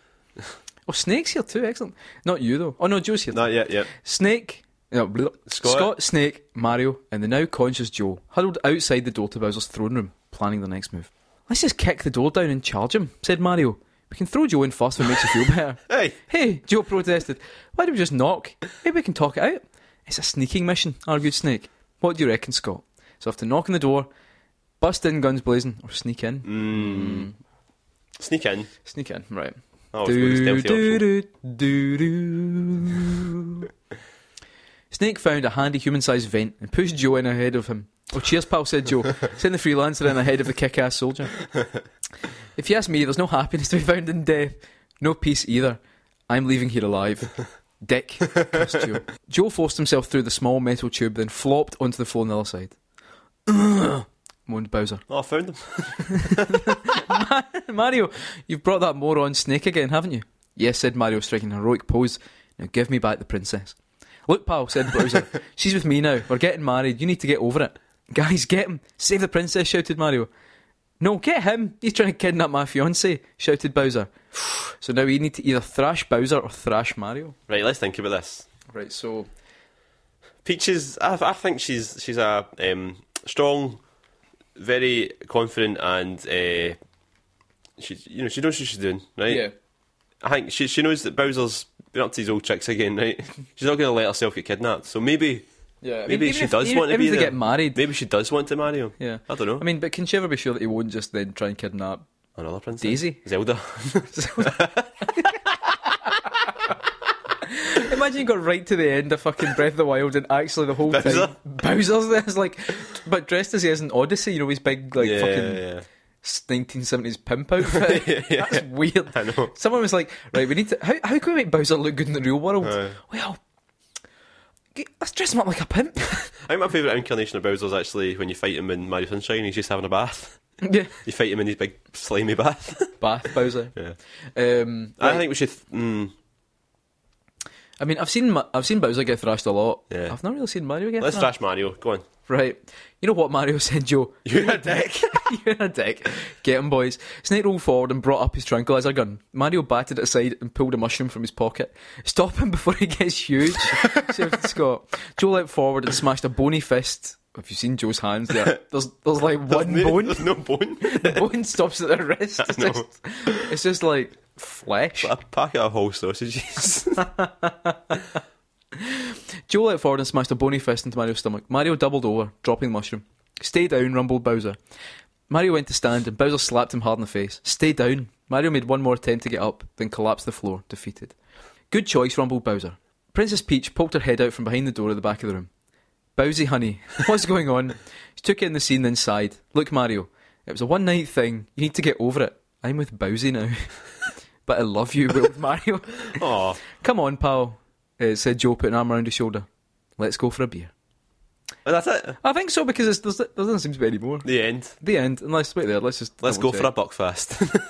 Speaker 1: oh, Snake's here too, excellent. Not you, though. Oh, no, Joe's here.
Speaker 2: Not yet, yeah.
Speaker 1: Snake. No, bleh.
Speaker 2: Scott.
Speaker 1: Scott, Snake, Mario, and the now conscious Joe huddled outside the door to Bowser's throne room, planning their next move. Let's just kick the door down and charge him, said Mario. We can throw Joe in first if it makes you feel better.
Speaker 2: Hey!
Speaker 1: Hey, Joe protested. Why don't we just knock? Maybe we can talk it out. It's a sneaking mission, argued Snake. What do you reckon, Scott? So I have to knock on the door, bust in guns blazing, or sneak in.
Speaker 2: Mm. Sneak in.
Speaker 1: Sneak in, right.
Speaker 2: Oh, it's
Speaker 1: Do,
Speaker 2: stealthy
Speaker 1: do,
Speaker 2: option.
Speaker 1: do, do, do. Snake found a handy human sized vent and pushed Joe in ahead of him. Oh, cheers, pal, said Joe. Send the freelancer in ahead of the kick ass soldier. If you ask me, there's no happiness to be found in death. No peace either. I'm leaving here alive. Dick. cursed Joe. Joe forced himself through the small metal tube, then flopped onto the floor on the other side. moaned Bowser.
Speaker 2: Oh, I found him.
Speaker 1: Mario, you've brought that moron snake again, haven't you? Yes, said Mario, striking an heroic pose. Now give me back the princess. Look, pal, said Bowser. She's with me now. We're getting married. You need to get over it. Guys, get him. Save the princess, shouted Mario. No, get him. He's trying to kidnap my fiance, shouted Bowser. So now we need to either thrash Bowser or thrash Mario.
Speaker 2: Right, let's think about this.
Speaker 1: Right, so.
Speaker 2: Peaches, I, I think she's she's a um, strong, very confident, and uh, she you know she knows what she's doing, right? I think she she knows that Bowser's been up to his old tricks again, right? She's not going to let herself get kidnapped. So maybe
Speaker 1: Yeah,
Speaker 2: Maybe she does want to
Speaker 1: even
Speaker 2: be
Speaker 1: if they
Speaker 2: there.
Speaker 1: get married.
Speaker 2: maybe she does want to marry him.
Speaker 1: Yeah.
Speaker 2: I don't know.
Speaker 1: I mean, but can she ever be sure that he won't just then try and kidnap
Speaker 2: Another princess.
Speaker 1: Daisy?
Speaker 2: Zelda.
Speaker 1: imagine you got right to the end of fucking Breath of the Wild and actually the whole
Speaker 2: Bowser.
Speaker 1: time Bowser's there, it's like, but dressed as he is in Odyssey, you know, his big like
Speaker 2: yeah,
Speaker 1: fucking
Speaker 2: yeah.
Speaker 1: 1970s pimp outfit.
Speaker 2: Yeah.
Speaker 1: That's weird.
Speaker 2: I know.
Speaker 1: Someone was like, right, we need to. How, how can we make Bowser look good in the real world?
Speaker 2: Aye.
Speaker 1: Well, g- let's dress him up like a pimp.
Speaker 2: I think my favourite incarnation of Bowser is actually when you fight him in Mario Sunshine. He's just having a bath.
Speaker 1: yeah.
Speaker 2: You fight him in his big slimy bath.
Speaker 1: Bath Bowser.
Speaker 2: yeah.
Speaker 1: Um,
Speaker 2: I think we should. Th- mm,
Speaker 1: I mean, I've seen Ma- I've seen Bowser get thrashed a lot.
Speaker 2: Yeah.
Speaker 1: I've not really seen Mario get
Speaker 2: let's
Speaker 1: thrashed.
Speaker 2: thrash Mario. Go on.
Speaker 1: Right. You know what Mario said, Joe?
Speaker 2: You're a dick.
Speaker 1: You're a dick. Get him, boys. Snake rolled forward and brought up his tranquilizer gun. Mario batted it aside and pulled a mushroom from his pocket. Stop him before he gets huge, shouted Scott. Joe leapt forward and smashed a bony fist. Have you seen Joe's hands there? There's, there's like one
Speaker 2: There's
Speaker 1: bone.
Speaker 2: no- There's no bone.
Speaker 1: The bone stops at the wrist. It's
Speaker 2: know.
Speaker 1: just, it's just like flesh.
Speaker 2: a packet of whole sausages.
Speaker 1: Joe leapt forward and smashed a bony fist into Mario's stomach. Mario doubled over, dropping the mushroom. Stay down, rumbled Bowser. Mario went to stand and Bowser slapped him hard in the face. Stay down. Mario made one more attempt to get up, then collapsed to the floor, defeated. Good choice, rumbled Bowser. Princess Peach poked her head out from behind the door at the back of the room. Bowsy honey, what's going on? She took in the scene then sighed. Look, Mario, it was a one night thing. You need to get over it. I'm with Bowsy now. but I love you, wailed Mario.
Speaker 2: Aw.
Speaker 1: Come on, pal, uh, said Joe, putting an arm around his shoulder. Let's go for a beer.
Speaker 2: And that's it.
Speaker 1: I think so because it's, there's, there doesn't seem to be any more.
Speaker 2: The end.
Speaker 1: The end. And let's wait there. Let's just
Speaker 2: Let's go for a buckfast.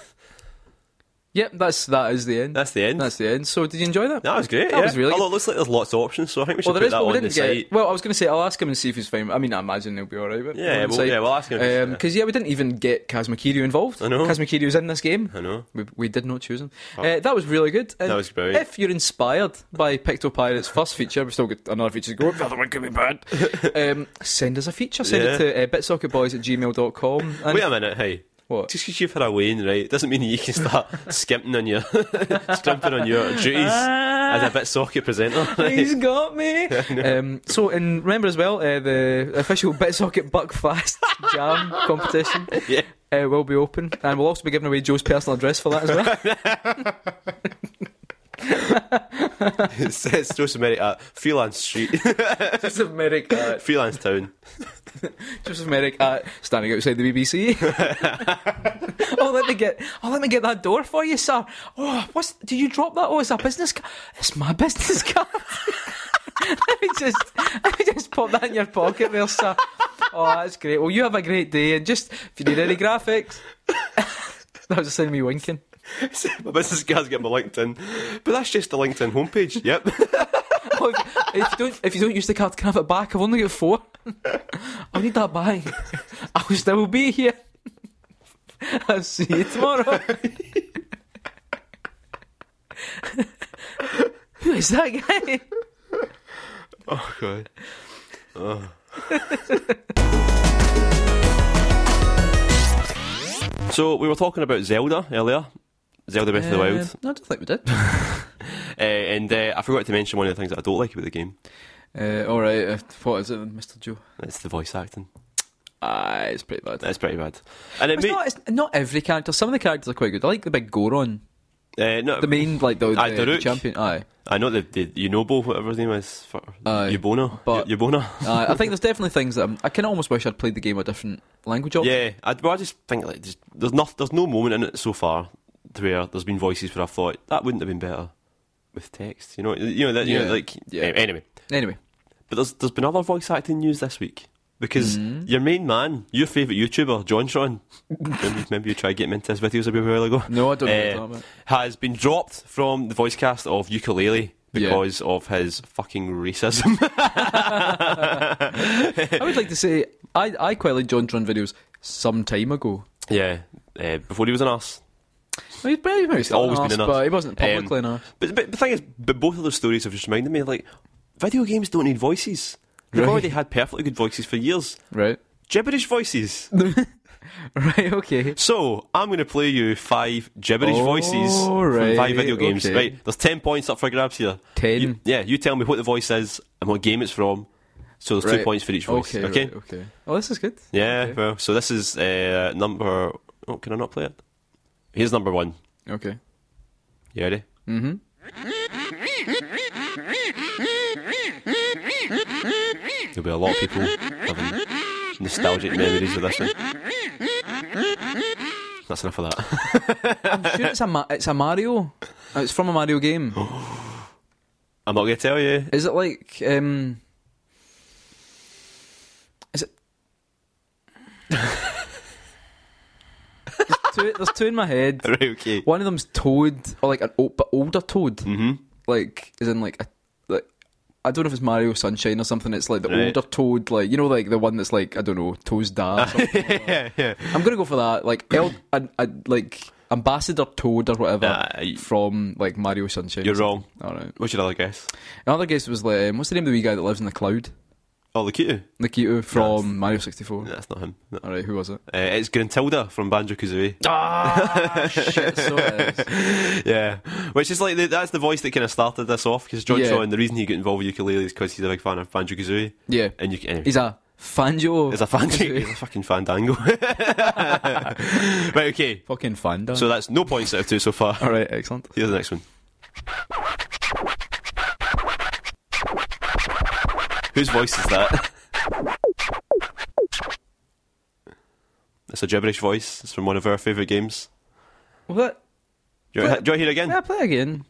Speaker 1: Yep, that's that is the end.
Speaker 2: that's the end.
Speaker 1: That's the end. So did you enjoy that?
Speaker 2: that was great.
Speaker 1: That
Speaker 2: yeah.
Speaker 1: was really.
Speaker 2: Although
Speaker 1: Good.
Speaker 2: it looks like there's lots of options, so I think we should
Speaker 1: Well, there
Speaker 2: put
Speaker 1: is,
Speaker 2: that
Speaker 1: but we
Speaker 2: on the
Speaker 1: didn't get.
Speaker 2: site.
Speaker 1: Well, I was going to say I'll ask him and see if he's fine. I mean, I imagine he'll be all right. But
Speaker 2: Yeah,
Speaker 1: on the
Speaker 2: we'll-
Speaker 1: site.
Speaker 2: yeah, we'll ask him, yeah.
Speaker 1: because yeah, we didn't even get Kazma Kiryu involved.
Speaker 2: I know.
Speaker 1: Kazma Kiryu's in this game.
Speaker 2: I know.
Speaker 1: We, we did not choose him. Uh, that was really good. And
Speaker 2: Oh. That was brilliant.
Speaker 1: If you're inspired by Pictopirate's first feature, we've still got another feature to go. The other one could be bad. um, send us a feature. Send
Speaker 2: Yeah.
Speaker 1: it to uh, bitsocketboys at gmail.com. And
Speaker 2: Wait a minute, hey.
Speaker 1: What?
Speaker 2: Just because you've had a wane, right, doesn't mean you can start skimping on your scrimping on your duties as a bit socket presenter.
Speaker 1: He's got me. um, so, and remember as well, uh, the official Bitsocket Buckfast Jam competition
Speaker 2: Yeah.
Speaker 1: uh, will be open, and we'll also be giving away Joe's personal address for that as well.
Speaker 2: it's, it's Joseph Merrick at Freelance Street,
Speaker 1: Joseph Merrick at
Speaker 2: Freelance Town.
Speaker 1: Joseph Merrick at uh, standing outside the BBC. oh, let me get. Oh, let me get that door for you, sir. Oh, what's? Do you drop that? Oh, it's a business card. It's my business card. let me just. Let me just pop that in your pocket, there, sir. Oh, that's great. Well, you have a great day, and just if you need any graphics, that was a sign of me winking.
Speaker 2: My business card's getting my LinkedIn, but that's just the LinkedIn homepage. Yep.
Speaker 1: Oh, if, if you don't, if you don't use the card, can I have it back? I've only got four. I need that back. I'll still be here. I'll see you tomorrow. Who is that guy?
Speaker 2: Oh god. so we were talking about Zelda earlier. Zelda Breath of the Wild.
Speaker 1: Um, no, I don't think we did.
Speaker 2: Uh, and uh, I forgot to mention one of the things that I don't like about the game.
Speaker 1: Uh, all right, uh, what is it, then, Mr. Joe?
Speaker 2: It's the voice acting.
Speaker 1: Ah, it's pretty bad.
Speaker 2: That's pretty bad. And it
Speaker 1: It's
Speaker 2: may,
Speaker 1: not, it's not every character. Some of the characters are quite good. I like the big Goron,
Speaker 2: uh, no,
Speaker 1: the main like the,
Speaker 2: Aye,
Speaker 1: the,
Speaker 2: Daruk.
Speaker 1: champion. Aye.
Speaker 2: I know the, the Unobo, whatever his name is, for
Speaker 1: Aye,
Speaker 2: Ubona,
Speaker 1: but-
Speaker 2: U- Ubona.
Speaker 1: Aye, I think there's definitely things that I'm, I kind of almost wish I'd played the game a different language option.
Speaker 2: Yeah, I, well, I just think like there's, there's not there's no moment in it so far to where there's been voices where I thought that wouldn't have been better with text. You know, you know that you
Speaker 1: Yeah.
Speaker 2: know like
Speaker 1: Yeah.
Speaker 2: eh, anyway.
Speaker 1: Anyway,
Speaker 2: But there's there's been other voice acting news this week because
Speaker 1: Mm-hmm.
Speaker 2: your main man, your favourite YouTuber, John Tron, remember, remember you tried getting him into his videos a bit while ago.
Speaker 1: No, I don't know what
Speaker 2: Eh,
Speaker 1: you're talking about.
Speaker 2: Has been dropped from the voice cast of Ukulele.
Speaker 1: Yeah.
Speaker 2: Because of his fucking racism.
Speaker 1: I would like to say I, I quite like John Tron videos some time ago.
Speaker 2: yeah. eh, before he was an arse.
Speaker 1: Well, he's probably he's
Speaker 2: always
Speaker 1: an
Speaker 2: been
Speaker 1: arse,
Speaker 2: an
Speaker 1: but
Speaker 2: arse.
Speaker 1: he wasn't publicly
Speaker 2: Um,
Speaker 1: enough.
Speaker 2: But, but the thing is, but both of those stories have just reminded me like video games don't need voices. They've
Speaker 1: Right.
Speaker 2: already had perfectly good voices for years.
Speaker 1: Right.
Speaker 2: Gibberish voices.
Speaker 1: Right, okay.
Speaker 2: So I'm going to play you five gibberish voices from
Speaker 1: Alright,
Speaker 2: five video games.
Speaker 1: okay.
Speaker 2: Right, there's ten points up for grabs here.
Speaker 1: Ten.
Speaker 2: You- yeah, you tell me what the voice is and what game it's from. So there's two
Speaker 1: Right.
Speaker 2: points for each voice.
Speaker 1: Okay,
Speaker 2: Okay.
Speaker 1: right, okay. Oh, this is good.
Speaker 2: Yeah.
Speaker 1: Okay.
Speaker 2: Well, so this is uh, number. Oh, can I not play it? Here's number one.
Speaker 1: Okay.
Speaker 2: You ready?
Speaker 1: Mm-hmm.
Speaker 2: there'll be a lot of people having nostalgic memories of this one. That's enough of that.
Speaker 1: I'm sure it's a Ma- it's a Mario. Uh, It's from a Mario game.
Speaker 2: I'm not going to tell you.
Speaker 1: Is it like um? Is it? there's, two, there's two in my head.
Speaker 2: Right, okay.
Speaker 1: One of them's Toad, or like an old, but older Toad. Mm-hmm. Like is in like a like. I don't know if it's Mario Sunshine or something. It's like the
Speaker 2: Right.
Speaker 1: older Toad, like you know, like the one that's like I don't know, Toad's dad. or something.
Speaker 2: yeah, yeah.
Speaker 1: I'm gonna go for that. Like El, I, I, like Ambassador Toad or whatever
Speaker 2: Nah, you-
Speaker 1: from like Mario Sunshine.
Speaker 2: You're wrong.
Speaker 1: All right.
Speaker 2: What's your other guess?
Speaker 1: Another guess was like, um, what's the name of the wee guy that lives in the cloud?
Speaker 2: Oh, look at you.
Speaker 1: Nikito from Mario 64.
Speaker 2: That's not him. No.
Speaker 1: All right, who was it?
Speaker 2: Uh, it's Gruntilda from Banjo Kazooie.
Speaker 1: Ah, shit. So it is.
Speaker 2: yeah, which is like the, that's the voice that kind of started this off because John
Speaker 1: Yeah.
Speaker 2: Sean. The reason he got involved with ukulele is because he's a big fan of Banjo Kazooie.
Speaker 1: Yeah,
Speaker 2: And you anyway,
Speaker 1: he's a Fangio.
Speaker 2: it's a fan. It's a fucking fandango. right. Okay.
Speaker 1: fucking Fanda.
Speaker 2: So that's no points out of two so far.
Speaker 1: All right, excellent.
Speaker 2: Here's the next one. Whose voice is that? It's a gibberish voice. It's from one of our favourite games.
Speaker 1: Well, that,
Speaker 2: Do you, want- do you want to hear it again?
Speaker 1: yeah, play again.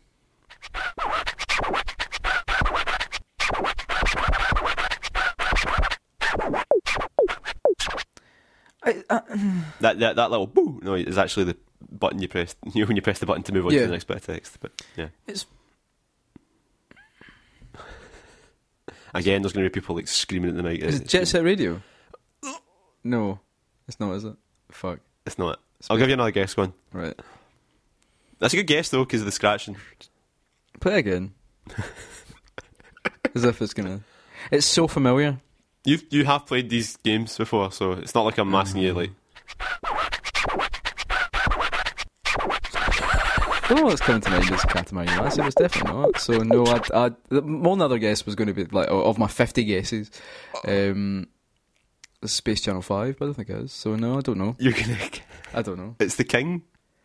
Speaker 1: I, uh,
Speaker 2: That that that little boo no is actually the button you press you know, when you press the button to move on
Speaker 1: Yeah.
Speaker 2: to the next bit of text. But yeah.
Speaker 1: it's
Speaker 2: Again there's gonna be people like screaming at the mic.
Speaker 1: is it
Speaker 2: It's-
Speaker 1: Jet Set Radio? No, it's not, is it? Fuck.
Speaker 2: It's not. I'll give you another guess one.
Speaker 1: Right,
Speaker 2: That's a good guess though, because of the scratching.
Speaker 1: play again. As if it's gonna. It's so familiar.
Speaker 2: You you have played these games before, so it's not like I'm asking you
Speaker 1: Mm.
Speaker 2: like
Speaker 1: The one that's coming to mind is Katamari Massive. It's definitely not. So no, I'd, I'd, the- my only other guess was going to be like o- of my fifty guesses, um, Space Channel Five, but I don't think it is. So no, I don't know.
Speaker 2: you're gonna
Speaker 1: I don't know.
Speaker 2: It's the king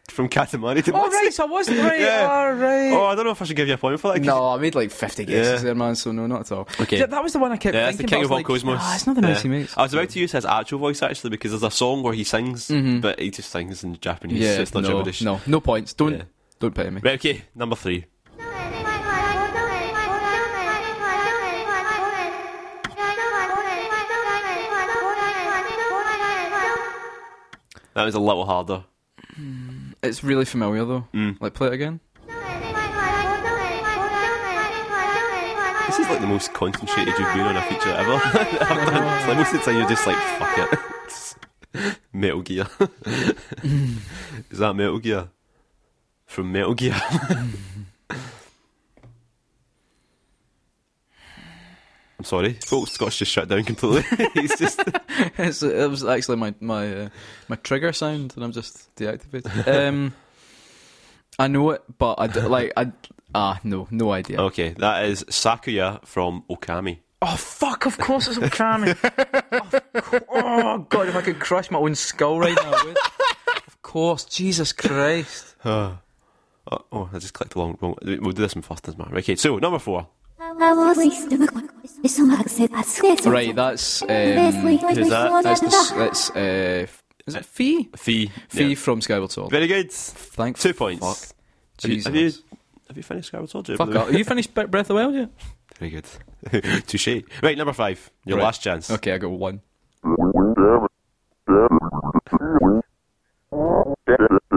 Speaker 2: from Katamari
Speaker 1: All Oh, right,
Speaker 2: Damacy.
Speaker 1: so I wasn't right.
Speaker 2: Yeah.
Speaker 1: All right.
Speaker 2: Oh, I don't know if I should give you a point for that. 'cause
Speaker 1: no, I made like fifty guesses
Speaker 2: Yeah.
Speaker 1: there, man. So no, not at all.
Speaker 2: Okay.
Speaker 1: Yeah, that was the one I kept
Speaker 2: Yeah, that's the
Speaker 1: thinking.
Speaker 2: king of
Speaker 1: but I
Speaker 2: all
Speaker 1: was like,
Speaker 2: cosmos.
Speaker 1: Nah, it's not the noise
Speaker 2: Yeah.
Speaker 1: he makes.
Speaker 2: I was about to use his actual voice actually because there's a song where he sings, but he just sings in Japanese. so
Speaker 1: Mm-hmm. yeah,
Speaker 2: it's not
Speaker 1: no,
Speaker 2: gibberish.
Speaker 1: no, no points. Don't
Speaker 2: Yeah.
Speaker 1: don't pay me.
Speaker 2: Right, okay, number three. That was a little harder.
Speaker 1: It's really familiar though. Like play it again.
Speaker 2: This is like the most concentrated you've been on a feature ever. I've done- it's like most of the time you're just like, fuck it. It's Metal Gear. is that Metal Gear? From Metal Gear. I'm sorry, folks. Scott's just shut down completely. He's just
Speaker 1: it's, it was actually my my uh, my trigger sound, and I'm just deactivated. Um, I know it, but I d- like I ah no no idea. Oh,
Speaker 2: okay. That is Sakuya from Okami.
Speaker 1: fuck! Of course it's Okami. oh god, if I could crush my own skull right now. I would. Of course, Jesus Christ.
Speaker 2: Uh, oh, oh, I just clicked along. Wrong. We'll do this one first, doesn't matter. Okay, so number four.
Speaker 1: Right, that's um, that's
Speaker 2: Who's that?
Speaker 1: the s- that's uh, f- is it Fee?
Speaker 2: Fee.
Speaker 1: Fee
Speaker 2: Yeah.
Speaker 1: from Skyward Sword.
Speaker 2: Very good.
Speaker 1: Thanks.
Speaker 2: Two points.
Speaker 1: Fuck.
Speaker 2: Have you,
Speaker 1: Jesus.
Speaker 2: have you have you finished Skyward Sword? Jay, by
Speaker 1: Fuck
Speaker 2: the way?
Speaker 1: up. Have you finished Bre- Breath of the Wild yet?
Speaker 2: Very good. Touche. Right, number five. Your
Speaker 1: Right.
Speaker 2: last chance.
Speaker 1: Okay, I got one.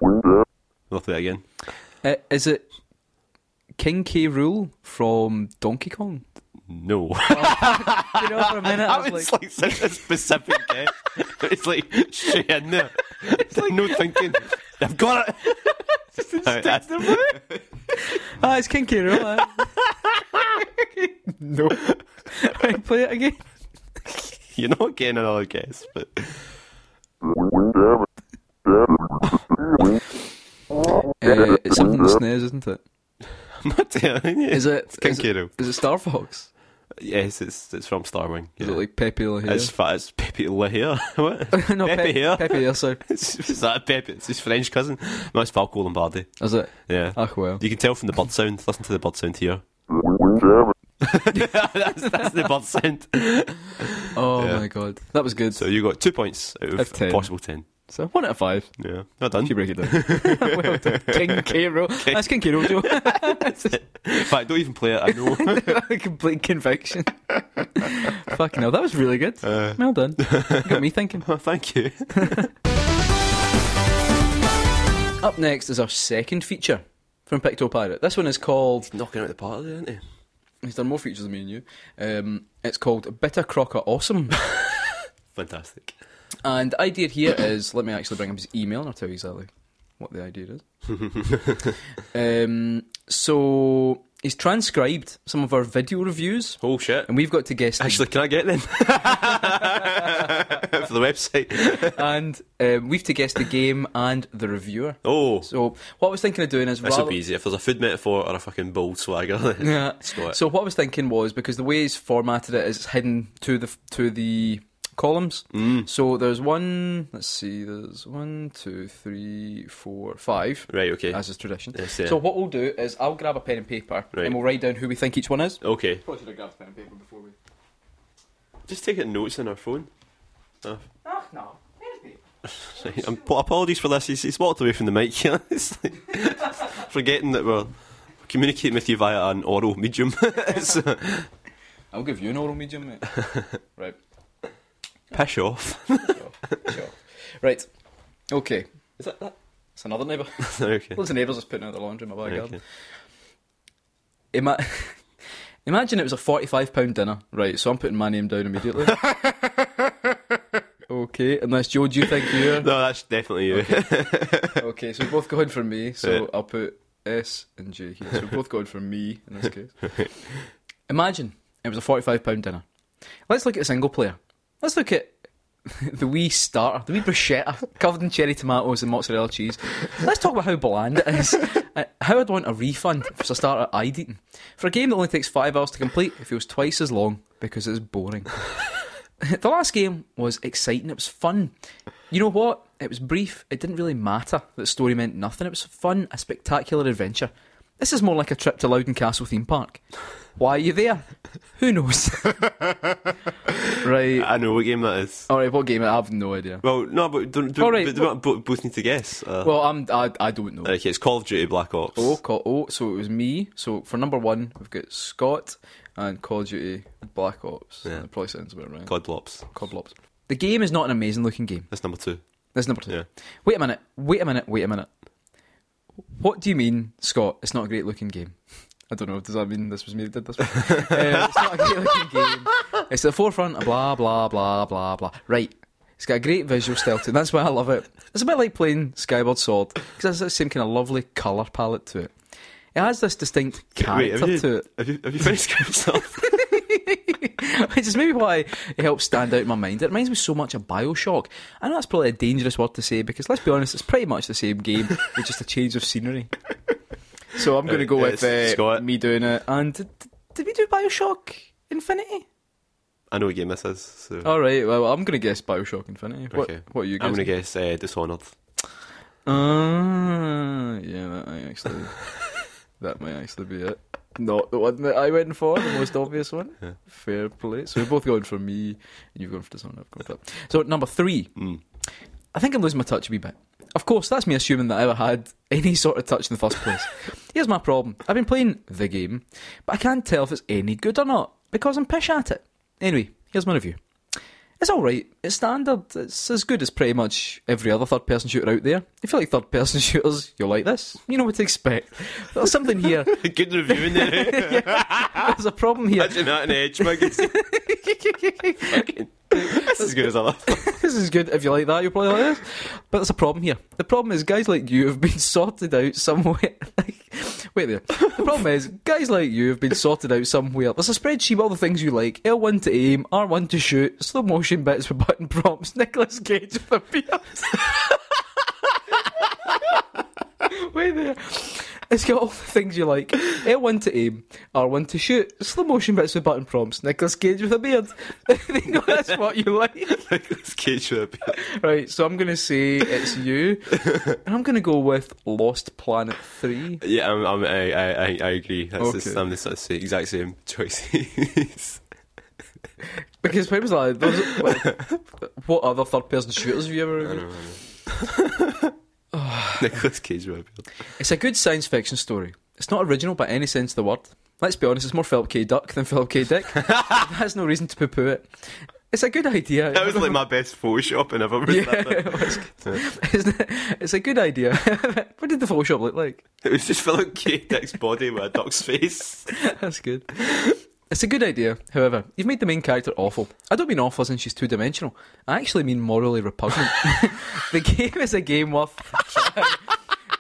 Speaker 2: We'll play that again.
Speaker 1: Uh, is it King K. Rule from Donkey Kong?
Speaker 2: No.
Speaker 1: You know, for a minute,
Speaker 2: that Oh, was like, such a specific guess. it's like straight in there. It's like no thinking. I've got it. Alright, that's-
Speaker 1: ah, it's King K. Rule. eh? no. right, play it again.
Speaker 2: You're not getting another guess, but
Speaker 1: Uh, it's something the snares, isn't it?
Speaker 2: I'm not telling you.
Speaker 1: Is it?
Speaker 2: It's King
Speaker 1: is it-
Speaker 2: Kiro.
Speaker 1: Is it Star Fox?
Speaker 2: Yes, it's it's from Star Wing.
Speaker 1: Is
Speaker 2: yeah.
Speaker 1: it like Pepe Le Hair?
Speaker 2: It's fat as Pepe Le Hair. what?
Speaker 1: no,
Speaker 2: Pepe
Speaker 1: Pe-
Speaker 2: Hair.
Speaker 1: Pepe Hair, sorry.
Speaker 2: Is that a Pepe? It's his French cousin. No, it's Falco Lombardi.
Speaker 1: Is it?
Speaker 2: Yeah.
Speaker 1: Ah, well.
Speaker 2: You can tell from the bird sound. Listen to the bird sound here. that's, that's the bird scent.
Speaker 1: Oh
Speaker 2: Yeah.
Speaker 1: my god, that was good.
Speaker 2: So you got two points out of,
Speaker 1: Of 10.
Speaker 2: possible ten.
Speaker 1: So one out of five.
Speaker 2: Yeah, well done.
Speaker 1: If you break it down. well done. King K. Rool. That's King K. Rool, Joe.
Speaker 2: In fact, don't even play it. I know.
Speaker 1: Complete conviction. Fucking hell, that was really good.
Speaker 2: Uh.
Speaker 1: well done. Got me thinking.
Speaker 2: Oh, Thank you.
Speaker 1: Up next is our second feature from Picto Pirate. This one is called.
Speaker 2: Knocking out the park, there, isn't he?
Speaker 1: He's done more features than me and you. Um, it's called Bitter Crocker Awesome.
Speaker 2: Fantastic.
Speaker 1: And the idea here is let me actually bring up his email and I'll tell you exactly what the idea is. um, so he's transcribed some of our video reviews
Speaker 2: Oh shit.
Speaker 1: and we've got to guess the-
Speaker 2: Actually, can I get them for the website?
Speaker 1: and um, we've to guess the game and the reviewer.
Speaker 2: Oh,
Speaker 1: So what I was thinking of doing is
Speaker 2: this will
Speaker 1: rather,
Speaker 2: be easy. If there's a food metaphor or a fucking bold swagger,
Speaker 1: Yeah.
Speaker 2: Scott.
Speaker 1: So what I was thinking was because the way he's formatted it is it's hidden to the to the columns.
Speaker 2: Mm.
Speaker 1: So there's one. Let's see. There's one, two, three, four, five.
Speaker 2: Right. Okay.
Speaker 1: As is tradition.
Speaker 2: Yes, yeah.
Speaker 1: So what we'll do is I'll grab a pen and paper
Speaker 2: Right.
Speaker 1: and we'll write down who we think each one is.
Speaker 2: okay.
Speaker 1: Probably should have grabbed pen and paper before we.
Speaker 2: Just taking notes on our phone. Uh,
Speaker 1: Ah no. Pen and paper.
Speaker 2: Right. Um, ap- apologies for this. He's, he's walked away from the mic here. It's like forgetting that we're communicating with you via an oral medium. It's, uh,
Speaker 1: I'll give you an oral medium, mate. right.
Speaker 2: pish off.
Speaker 1: Sure. Sure. Right. Okay.
Speaker 2: Is that that?
Speaker 1: It's another neighbour.
Speaker 2: okay.
Speaker 1: Loads of neighbours just putting out their laundry in my backyard.
Speaker 2: okay.
Speaker 1: Ima- Imagine it was a forty-five pound dinner, right? So I'm putting my name down immediately. okay, unless Joe, do you think you're
Speaker 2: No, that's definitely you.
Speaker 1: okay? So we're both going for me.
Speaker 2: Yeah.
Speaker 1: So I'll put S and J here. So we're both going for me in this case. Imagine it was a forty-five pound dinner. Let's look at a single player. Let's look at the wee starter, the wee bruschetta covered in cherry tomatoes and mozzarella cheese. Let's talk about how bland it is. Uh, How I'd want a refund for a starter I'd eaten. For a game that only takes five hours to complete, it feels twice as long because it's boring. the last game was exciting, it was fun. You know what? It was brief, it didn't really matter. The story meant nothing, it was fun, a spectacular adventure. This is more like a trip to Loudon Castle theme park. Why are you there? Who knows? right.
Speaker 2: I know what game that is.
Speaker 1: All right, what game? I have no idea.
Speaker 2: Well, no, but do, do,
Speaker 1: Oh. All right,
Speaker 2: but do not bo- both need to guess. Uh,
Speaker 1: Well, I'm I, I don't know.
Speaker 2: okay, it's Call of Duty Black Ops.
Speaker 1: Oh, Call, oh, so it was me. So for number one, we've got Scott and Call of Duty Black Ops.
Speaker 2: Yeah.
Speaker 1: That probably sounds about right.
Speaker 2: COD Blops.
Speaker 1: Coblops. The game is not an amazing looking game.
Speaker 2: That's number two.
Speaker 1: That's number two.
Speaker 2: Yeah.
Speaker 1: Wait a minute. Wait a minute. Wait a minute. What do you mean, Scott? It's not a great looking game. I don't know. Does that mean this was me that did this? One? Uh, it's not a great looking game. It's at the forefront of blah blah blah blah blah. Right. It's got a great visual style to it. That's why I love it. It's a bit like playing Skyward Sword because it has that same kind of lovely colour palette to it. It has this distinct
Speaker 2: Wait,
Speaker 1: character
Speaker 2: have you,
Speaker 1: Ah, to it,
Speaker 2: Have you, have you finished Crimson?
Speaker 1: which is maybe why it helps stand out in my mind. It reminds me so much of Bioshock. I know that's probably a dangerous word to say because let's be honest, it's pretty much the same game with just a change of scenery. So I'm going to go
Speaker 2: Uh,
Speaker 1: with
Speaker 2: it's
Speaker 1: uh,
Speaker 2: Scott.
Speaker 1: me doing it. And did, did we do Bioshock Infinity?
Speaker 2: I know what game this is. So.
Speaker 1: All right. Well, I'm going to guess Bioshock Infinity. Uh, What,
Speaker 2: Okay.
Speaker 1: what are you
Speaker 2: I'm
Speaker 1: guessing?
Speaker 2: going to guess uh, Dishonored.
Speaker 1: Uh, yeah, that might actually that might actually be it. Not the one that I went for, the most obvious one.
Speaker 2: Yeah.
Speaker 1: Fair play. So we're both going for me, and you've gone for this one. I've gone for that. So number three,
Speaker 2: Mm.
Speaker 1: I think I'm losing my touch a wee bit. Of course, that's me assuming that I ever had any sort of touch in the first place. Here's my problem: I've been playing the game, but I can't tell if it's any good or not because I'm pish at it. Anyway, here's my review. It's all right. It's standard. It's as good as pretty much every other third-person shooter out there. If you like third-person shooters, you'll like this. You know what to expect. There's something here.
Speaker 2: Good review in there.
Speaker 1: There's a problem here.
Speaker 2: Imagine that in Edge magazine. That's as good as I love.
Speaker 1: this is good. If you like that, you'll probably like this. But there's a problem here. The problem is guys like you have been sorted out somewhere. Wait there. The problem is guys like you have been sorted out somewhere. There's a spreadsheet of all the things you like: L1 to aim, R1 to shoot, slow motion bits with button prompts, Nicholas Cage with a beard. Wait there. It's got all the things you like. L1 to aim, R1 to shoot, slow motion bits with button prompts, Nicolas Cage with a beard. they know that's what you like.
Speaker 2: Nicolas Cage with a beard.
Speaker 1: Right, so I'm going to say it's you, and I'm going to go with Lost Planet 3.
Speaker 2: Yeah, I'm, I'm, I, I, I I agree. That's the-
Speaker 1: Okay.
Speaker 2: I'm the, that's the exact same choices.
Speaker 1: Because when was that? Those, like, what other third person shooters have you ever reviewed?
Speaker 2: Nicholas Cage with a beard.
Speaker 1: It's a good science fiction story. It's not original by any sense of the word. Let's be honest, it's more Philip K. Duck than Philip K. Dick. That's no reason to poo poo it. It's a good idea.
Speaker 2: That was like my best Photoshop and ever.
Speaker 1: Yeah,
Speaker 2: Yeah. That bit.
Speaker 1: it was good. Isn't it- it's a good idea. what did the Photoshop look like?
Speaker 2: It was just Philip K. Dick's body with a duck's face.
Speaker 1: That's good. It's a good idea, however, you've made the main character awful. I don't mean awful as in she's two dimensional. I actually mean morally repugnant. the game is a game worth a try.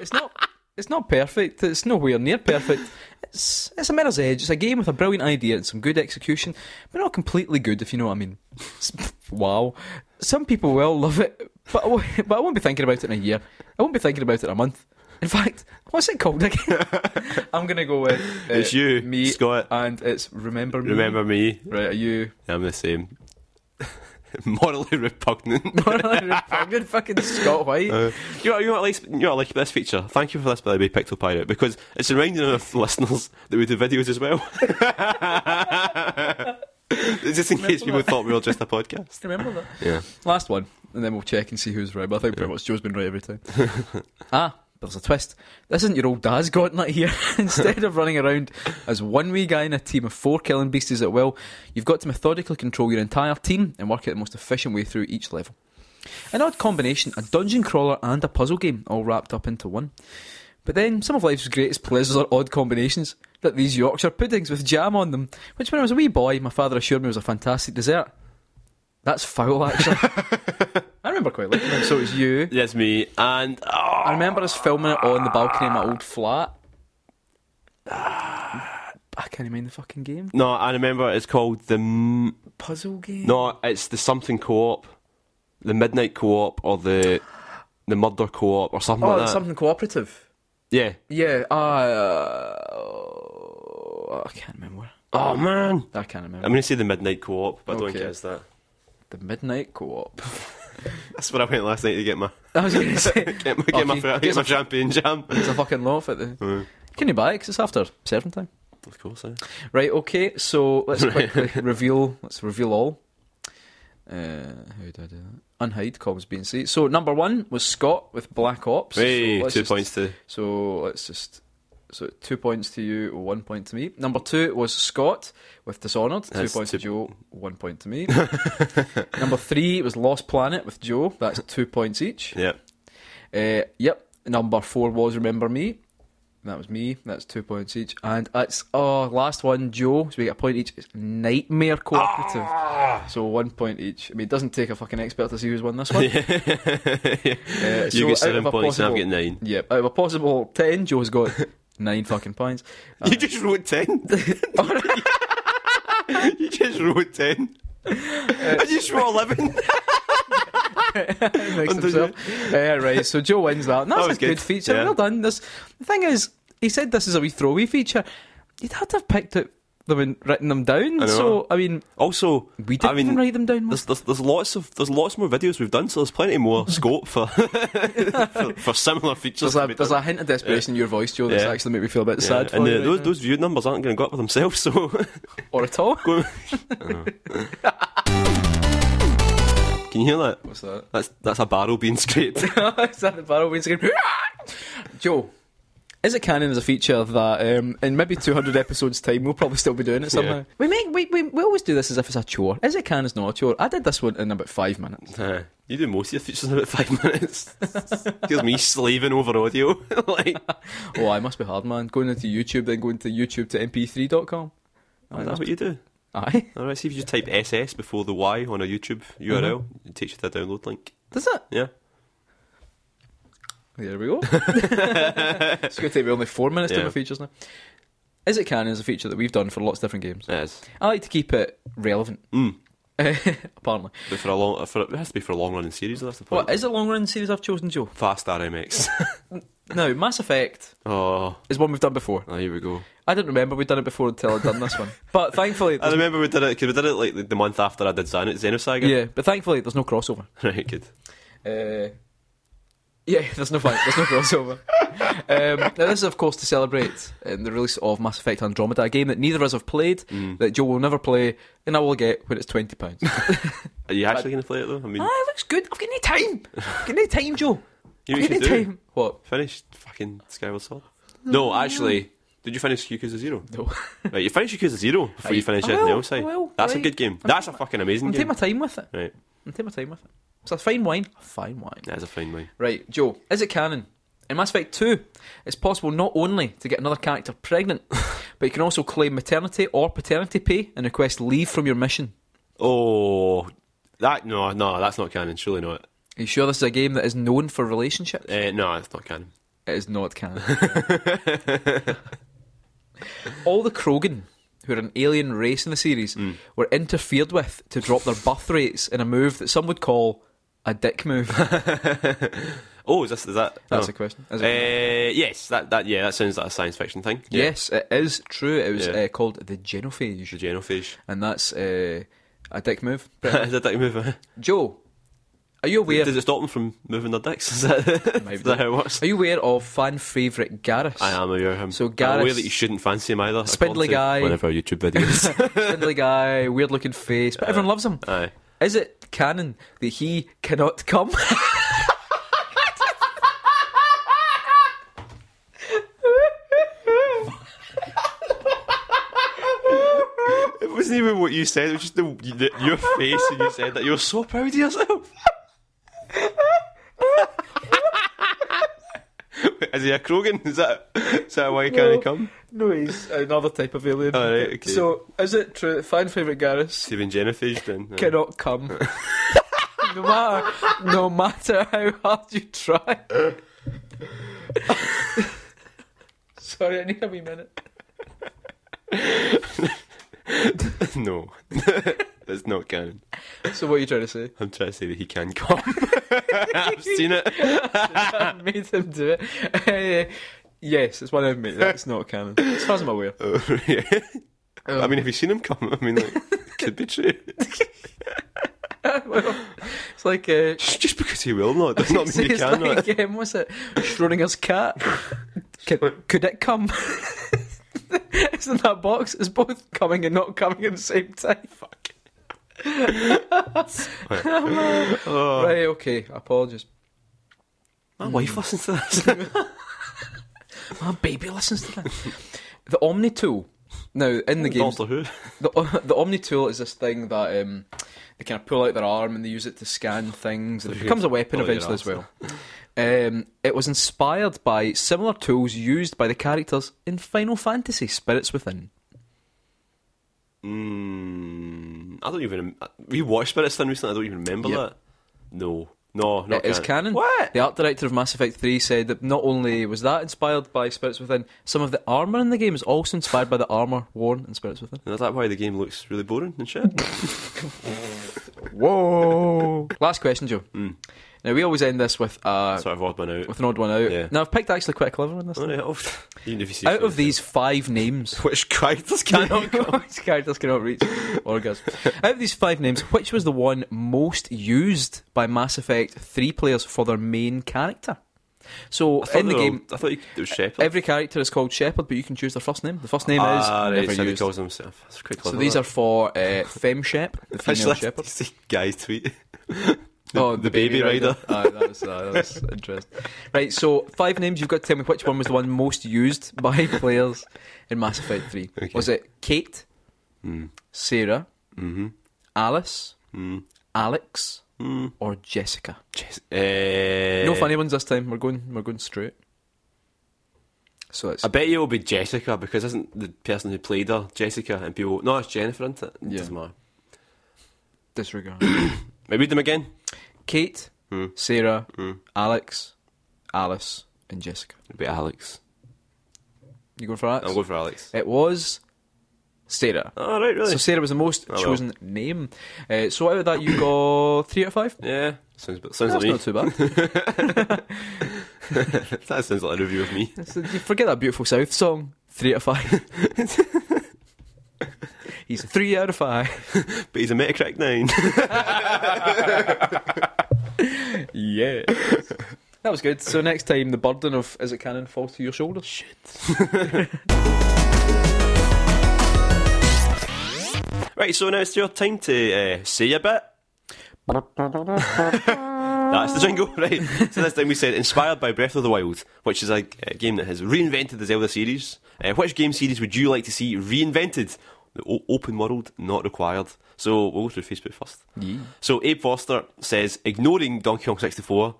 Speaker 1: It's not it's not perfect, it's nowhere near perfect. It's it's a mirror's edge, it's a game with a brilliant idea and some good execution, but not completely good if you know what I mean. S- wow. Some people will love it, but I, won't, but I won't be thinking about it in a year. I won't be thinking about it in a month. In fact, what's it called again? I'm gonna go with uh,
Speaker 2: It's you,
Speaker 1: me,
Speaker 2: Scott.
Speaker 1: and it's remember me.
Speaker 2: Remember me?
Speaker 1: right? Are you
Speaker 2: I'm the same. Morally repugnant.
Speaker 1: repugnant? Fucking Scott White.
Speaker 2: Uh, you know, you know, what I like, you know, what I like about this feature. Thank you for this, by the way, Picto Pirate, because it's reminding of the listeners that we do videos as well. just in case people thought we were just a podcast.
Speaker 1: Remember that.
Speaker 2: Yeah.
Speaker 1: Last one, and then we'll check and see who's right. But I think pretty much Joe's been right every time. ah, there's a twist. This isn't your old dad's gauntlet here. Instead of running around as one wee guy in a team of four killing beasties at will, you've got to methodically control your entire team and work out the most efficient way through each level. An odd combination, a dungeon crawler and a puzzle game, all wrapped up into one. But then, some of life's greatest pleasures are odd combinations, like these Yorkshire puddings with jam on them, which when I was a wee boy, my father assured me was a fantastic dessert. That's foul, actually. I remember quite liking them, so it was you.
Speaker 2: That's me. And oh,
Speaker 1: I remember us filming it on the balcony of my old flat. Ah, I can't mind the fucking game.
Speaker 2: no, I remember it's called the M-
Speaker 1: Puzzle game.
Speaker 2: no, it's the something co-op, the midnight co-op, or the the murder co-op, or something
Speaker 1: Oh,
Speaker 2: like that.
Speaker 1: it's something cooperative.
Speaker 2: yeah.
Speaker 1: Yeah. Uh, oh, I can't remember.
Speaker 2: Oh man,
Speaker 1: I can't remember.
Speaker 2: I'm gonna say the midnight co-op, but I don't
Speaker 1: Okay.
Speaker 2: think it's that.
Speaker 1: the Midnight Co-op.
Speaker 2: That's where I went last night to get my
Speaker 1: I was going to say.
Speaker 2: get my get my,
Speaker 1: Okay,
Speaker 2: get
Speaker 1: get
Speaker 2: my
Speaker 1: some-
Speaker 2: champagne jam.
Speaker 1: There's a fucking laugh at the. Can you buy it? 'Cause it's after serving time.
Speaker 2: Of course, eh?
Speaker 1: Right. Okay. So let's quickly reveal. Let's reveal all. Uh, how do I do that? Unhide comms B and C. So number one was Scott with Black Ops.
Speaker 2: Hey,
Speaker 1: so
Speaker 2: two
Speaker 1: let's just-
Speaker 2: points to
Speaker 1: So let's just. So two points to you, one point to me. Number two was Scott with Dishonored. Two
Speaker 2: That's
Speaker 1: points
Speaker 2: two-
Speaker 1: to Joe, one point to me. Number three was Lost Planet with Joe. That's two points each.
Speaker 2: yeah.
Speaker 1: Uh, yep. Number four was Remember Me. That was me. That's two points each. And it's oh last one, Joe. So we get a point each. It's Nightmare Cooperative.
Speaker 2: Ah!
Speaker 1: So one point each. I mean, it doesn't take a fucking expert to see who's won this one. Uh,
Speaker 2: you
Speaker 1: so out
Speaker 2: get
Speaker 1: of
Speaker 2: seven
Speaker 1: a
Speaker 2: points, and
Speaker 1: possible-
Speaker 2: I've got nine.
Speaker 1: Yep. Out of a possible ten, Joe's got nine fucking points.
Speaker 2: You just wrote ten. you just wrote ten. I just wrote eleven.
Speaker 1: Makes
Speaker 2: Undo
Speaker 1: himself. Uh, right. So Joe wins that. And that's
Speaker 2: was
Speaker 1: a good,
Speaker 2: good.
Speaker 1: feature.
Speaker 2: Yeah.
Speaker 1: Well done. This. The thing is, he said this is a wee throwaway feature. You'd had to have picked it. Them and written them down.
Speaker 2: know.
Speaker 1: So I mean,
Speaker 2: Also,
Speaker 1: we didn't
Speaker 2: I mean,
Speaker 1: even write them down.
Speaker 2: there's, there's there's lots of there's lots more videos we've done, so there's plenty more scope for for, for similar features.
Speaker 1: There's a,
Speaker 2: to be
Speaker 1: there's
Speaker 2: done.
Speaker 1: a hint of desperation in your voice, Joe, that's
Speaker 2: Yeah.
Speaker 1: actually made me feel a bit
Speaker 2: Yeah,
Speaker 1: sad for
Speaker 2: and
Speaker 1: you
Speaker 2: the,
Speaker 1: right
Speaker 2: those
Speaker 1: now.
Speaker 2: those viewed numbers aren't going to go up with themselves. So,
Speaker 1: Or at all.
Speaker 2: go- can you hear that?
Speaker 1: What's that?
Speaker 2: That's that's a barrel being scraped.
Speaker 1: Is that the barrel being screamed? Joe, is it canon as a feature that um, in maybe 200 episodes' time we'll probably still be doing it somehow?
Speaker 2: Yeah.
Speaker 1: We, make, we, we, we always do this as if it's a chore. Is it canon as not a chore? I did this one in about five minutes.
Speaker 2: Uh, you do most of your features in about five minutes. Here's me slaving over audio. like,
Speaker 1: Oh, I must be hard, man. Going into YouTube, then going to YouTube to mp3.com.
Speaker 2: is that what you do?
Speaker 1: Aye.
Speaker 2: All right, see if you just type SS before the Y on a YouTube URL, it takes you to a download link.
Speaker 1: Does it?
Speaker 2: Yeah.
Speaker 1: There we go. it's going to take me only four minutes to do
Speaker 2: Yeah.
Speaker 1: my features now. Is it canon is a feature that we've done for lots of different games.
Speaker 2: It is.
Speaker 1: I like to keep it relevant. Apparently.
Speaker 2: Mm. But for a long, for, it has to be for a long running series, that's the point.
Speaker 1: What is the long run series I've chosen, Joe?
Speaker 2: Fast RMX.
Speaker 1: Now, Mass Effect
Speaker 2: Oh,
Speaker 1: is one we've done before.
Speaker 2: oh, here we go.
Speaker 1: I didn't remember we'd done it before until I'd done this one. But thankfully,
Speaker 2: I
Speaker 1: there's-
Speaker 2: remember we did it because we did it like the- the month after I did Xan- Xenosaga.
Speaker 1: yeah, but thankfully there's no crossover.
Speaker 2: Right, good.
Speaker 1: Uh, yeah, there's no fight, there's no crossover. um, now this is of course to celebrate um, the release of Mass Effect Andromeda, a game that neither of us have played,
Speaker 2: Mm.
Speaker 1: that Joe will never play, and I will get when it's twenty pounds.
Speaker 2: Are you actually going to play it though? I mean,
Speaker 1: ah, it looks good. I've got no time. I've got no time, Joe.
Speaker 2: you know
Speaker 1: I've got
Speaker 2: what you
Speaker 1: no
Speaker 2: should do?
Speaker 1: time. What?
Speaker 2: Finish fucking Skyward Sword. No, actually, did you finish Yakuza Zero?
Speaker 1: No.
Speaker 2: Right, you finish Yakuza Zero before
Speaker 1: Aye.
Speaker 2: you finish
Speaker 1: I
Speaker 2: anything
Speaker 1: will,
Speaker 2: else.
Speaker 1: I
Speaker 2: aye.
Speaker 1: will,
Speaker 2: That's a
Speaker 1: Ah, right.
Speaker 2: good game.
Speaker 1: I'm
Speaker 2: That's a fucking amazing
Speaker 1: I'm taking
Speaker 2: game.
Speaker 1: my time with it.
Speaker 2: Right,
Speaker 1: I'm taking my time with it. It's a fine wine. A fine wine.
Speaker 2: that's a fine one.
Speaker 1: Right, Joe, is it canon? In Mass Effect 2, it's possible not only to get another character pregnant, but you can also claim maternity or paternity pay and request leave from your mission.
Speaker 2: Oh, that no, no, that's not canon. Surely not.
Speaker 1: Are you sure this is a game that is known for relationships?
Speaker 2: Uh, no, it's not canon.
Speaker 1: It is not canon. All the Krogan, who are an alien race in the series,
Speaker 2: Mm.
Speaker 1: were interfered with to drop their birth rates in a move that some would call a dick move.
Speaker 2: Oh, is, this, is that?
Speaker 1: That's
Speaker 2: no.
Speaker 1: a question. Is it canon?
Speaker 2: Uh, yes, that that yeah, that sounds like a science fiction thing. Yeah.
Speaker 1: Yes, it is true. It was
Speaker 2: Yeah.
Speaker 1: uh, called the genophage.
Speaker 2: the genophage.
Speaker 1: and that's uh, a dick move.
Speaker 2: is that dick move? eh?
Speaker 1: Joe, are you aware?
Speaker 2: Does it stop them from moving their dicks? Is that, is that how it works?
Speaker 1: Are you aware of fan favourite Garrus?
Speaker 2: I am aware of him.
Speaker 1: So
Speaker 2: I'm aware
Speaker 1: Gareth's-
Speaker 2: that you shouldn't fancy him either.
Speaker 1: Spindly
Speaker 2: according to
Speaker 1: guy.
Speaker 2: One of our YouTube videos.
Speaker 1: Spindly guy, weird looking face, but
Speaker 2: Uh,
Speaker 1: everyone loves him.
Speaker 2: Aye.
Speaker 1: Is it canon that he cannot come?
Speaker 2: It wasn't even what you said. It was just the, the, your face when you said that. You were so proud of yourself. is he a Krogan? Is that is that why he
Speaker 1: No.
Speaker 2: can't come?
Speaker 1: no, he's another type of alien.
Speaker 2: All right, okay.
Speaker 1: So, is it true that fan favourite Garrus
Speaker 2: Steven Jennifer's uh, then. aye.
Speaker 1: cannot come? no matter, no matter how hard you try. Sorry, I need a wee minute.
Speaker 2: no, that's not canon.
Speaker 1: So, what are you trying to say?
Speaker 2: I'm trying to say that he can come. I've seen it.
Speaker 1: I made him do it. Uh, yes, it's one I've made. That's not canon. As far as I'm aware.
Speaker 2: Oh, yeah. I
Speaker 1: Um.
Speaker 2: mean, have you seen him come? I mean, like, could be true.
Speaker 1: It's like uh,
Speaker 2: Just because he will not does not
Speaker 1: it's,
Speaker 2: mean he
Speaker 1: it's
Speaker 2: can not.
Speaker 1: like um, what's it? Schrodinger's cat. could, could it come? it's in that box. It's both coming and not coming at the same time. Fuck. Right. Okay. Apologies. Oh,
Speaker 2: My wife listens to this.
Speaker 1: My baby listens to that. the Omni tool. Now in the game,
Speaker 2: Doctor Who.
Speaker 1: the the Omni tool is this thing that um, they kind of pull out their arm and they use it to scan things. and It becomes a weapon
Speaker 2: pull out your
Speaker 1: eventually as well. Um, it was inspired by similar tools used by the characters in Final Fantasy Spirits Within.
Speaker 2: Mm, I don't even. We watched Spirit Stone recently. I don't even remember
Speaker 1: Yep.
Speaker 2: that. No, no, not
Speaker 1: It is canon.
Speaker 2: What?
Speaker 1: The art director of Mass Effect 3 said that not only was that inspired by Spirits Within, some of the armour in the game is also inspired by the armour worn in Spirits Within.
Speaker 2: And is that why the game looks really boring and shit?
Speaker 1: Whoa! Last question, Joe.
Speaker 2: Hmm.
Speaker 1: Now, we always end this with, uh,
Speaker 2: sort of odd one out.
Speaker 1: with an odd one out.
Speaker 2: Yeah.
Speaker 1: Now, I've picked actually quite a clever one this
Speaker 2: Oh,
Speaker 1: time.
Speaker 2: yeah, oh, even if you see
Speaker 1: Out of these five names,
Speaker 2: which characters cannot come?
Speaker 1: which characters cannot reach orgasm? Out of these five names, which was the one most used by Mass Effect 3 players for their main character? So,
Speaker 2: I thought
Speaker 1: in the
Speaker 2: they were-
Speaker 1: game,
Speaker 2: I thought you, it was Shepard.
Speaker 1: every character is called Shepard, but you can choose their first name. The first name is
Speaker 2: ah, right,
Speaker 1: never
Speaker 2: so he
Speaker 1: used.
Speaker 2: calls himself. That's quite
Speaker 1: So
Speaker 2: clever.
Speaker 1: these
Speaker 2: that.
Speaker 1: are for uh, Femme Shep, the female
Speaker 2: Actually,
Speaker 1: Shepherd.
Speaker 2: that's the guy's tweet.
Speaker 1: oh,
Speaker 2: the Baby Rider.
Speaker 1: Aye, that was, uh, that was interesting. Right, so five names. You've got to tell me which one was the one most used by players in Mass Effect 3.
Speaker 2: Okay. Hmm.
Speaker 1: Was it Kate, Sarah,
Speaker 2: Mm-hmm.
Speaker 1: Alice, Alex,
Speaker 2: Hmm.
Speaker 1: or Jessica?
Speaker 2: Jeez. Uh,
Speaker 1: No funny ones this time. We're going, we're going straight. So it's
Speaker 2: I bet you it'll be Jessica because isn't the person who played her Jessica and people? No, it's Jennifer, isn't it? it
Speaker 1: Yeah.
Speaker 2: Doesn't matter.
Speaker 1: disregard.
Speaker 2: Maybe read them again.
Speaker 1: Kate,
Speaker 2: Hmm.
Speaker 1: Sarah,
Speaker 2: Hmm.
Speaker 1: Alex, Alice, and Jessica.
Speaker 2: It'll be Alex.
Speaker 1: You going for Alex?
Speaker 2: I'll go for Alex.
Speaker 1: It was Sarah.
Speaker 2: All right, really?
Speaker 1: Eh. So Sarah was the most
Speaker 2: Oh, well.
Speaker 1: chosen name. Uh, so out of that, you got three out of five.
Speaker 2: yeah, sounds sounds
Speaker 1: That's
Speaker 2: like me.
Speaker 1: not too bad.
Speaker 2: that sounds like a review of me.
Speaker 1: So you forget that beautiful South song. Three out of five. He's a three out of five.
Speaker 2: But he's a Metacritic 9.
Speaker 1: Yeah. That was good. So next time, the burden of is it canon falls to your shoulders. Shit.
Speaker 2: right, so now it's your time to uh, say a bit. That's the jingle, right? So this time we said inspired by Breath of the Wild, which is a, a game that has reinvented the Zelda series. Uh, which game series would you like to see reinvented? The o- open world, not required. So we'll go through Facebook first. So Abe Foster says, ignoring Donkey Kong 64.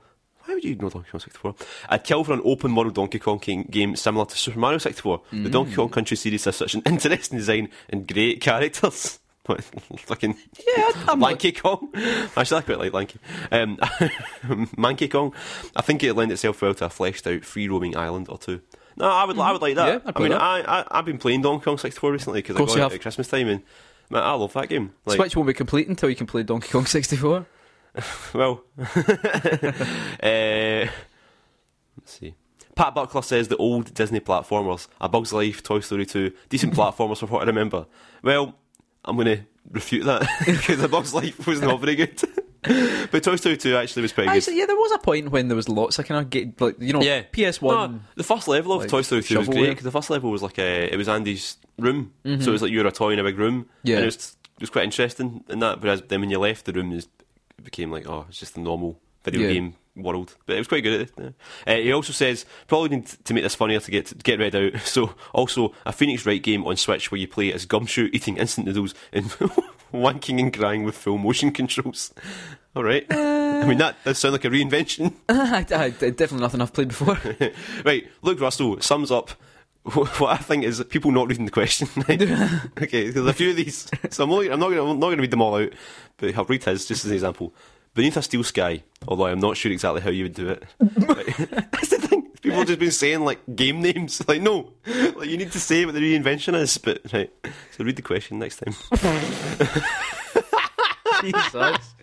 Speaker 2: Why would you ignore Donkey Kong 64? I'd kill for an open world Donkey Kong ca- game similar to Super Mario 64. The Donkey
Speaker 1: Mm.
Speaker 2: Kong Country series has such an interesting design and great characters. What, Fucking yeah, Lanky Kong. Actually, I quite like Lanky. Um, Mankey Kong. I think it lends itself well to a fleshed out free roaming island or two. No, I would, I would like that.
Speaker 1: Yeah, I'd
Speaker 2: I
Speaker 1: play
Speaker 2: mean,
Speaker 1: that.
Speaker 2: I, I, I've been playing Donkey Kong 64 recently because I
Speaker 1: course
Speaker 2: got
Speaker 1: you
Speaker 2: it
Speaker 1: have.
Speaker 2: at Christmas time and man, I love that game. Like,
Speaker 1: Switch won't be complete until you can play Donkey Kong 64.
Speaker 2: well, uh, let's see. Pat Buckler says the old Disney platformers, A Bug's Life, Toy Story 2, decent platformers from what I remember. Well, I'm going to refute that because A Bug's Life was not very good. but Toy Story 2 actually was pretty good.
Speaker 1: Actually, yeah, there was a point when there was lots. I kind of get like you know,
Speaker 2: Yeah,
Speaker 1: PS1.
Speaker 2: No, the first level of
Speaker 1: like,
Speaker 2: Toy Story Two was
Speaker 1: shovelware.
Speaker 2: great because the first level was like a it was Andy's room, so it was like you were a toy in a big room,
Speaker 1: Mm-hmm. Yeah.
Speaker 2: and it was it was quite interesting in that. Whereas then when you left the room, it, was, it became like oh, it's just a normal video
Speaker 1: Yeah.
Speaker 2: game world. But it was quite good. At it. yeah. Uh, he also says probably need to make this funnier to get get read out. So also a Phoenix Wright game on Switch where you play as Gumshoe eating instant noodles and wanking and crying with full motion controls. All right,
Speaker 1: Uh,
Speaker 2: I mean that does sound like a reinvention.
Speaker 1: I, I- definitely nothing I've played before.
Speaker 2: right, Luke Russell sums up wh- what I think is people not reading the question. right? okay, there's a few of these, so I'm, only, I'm not going not to read them all out, but I'll read his just as an example. Beneath a steel sky, although I'm not sure exactly how you would do it. Right. That's the thing. People have just been saying like game names. Like no, like you need to say what the reinvention is. But right, so read the question next time.
Speaker 1: Jesus.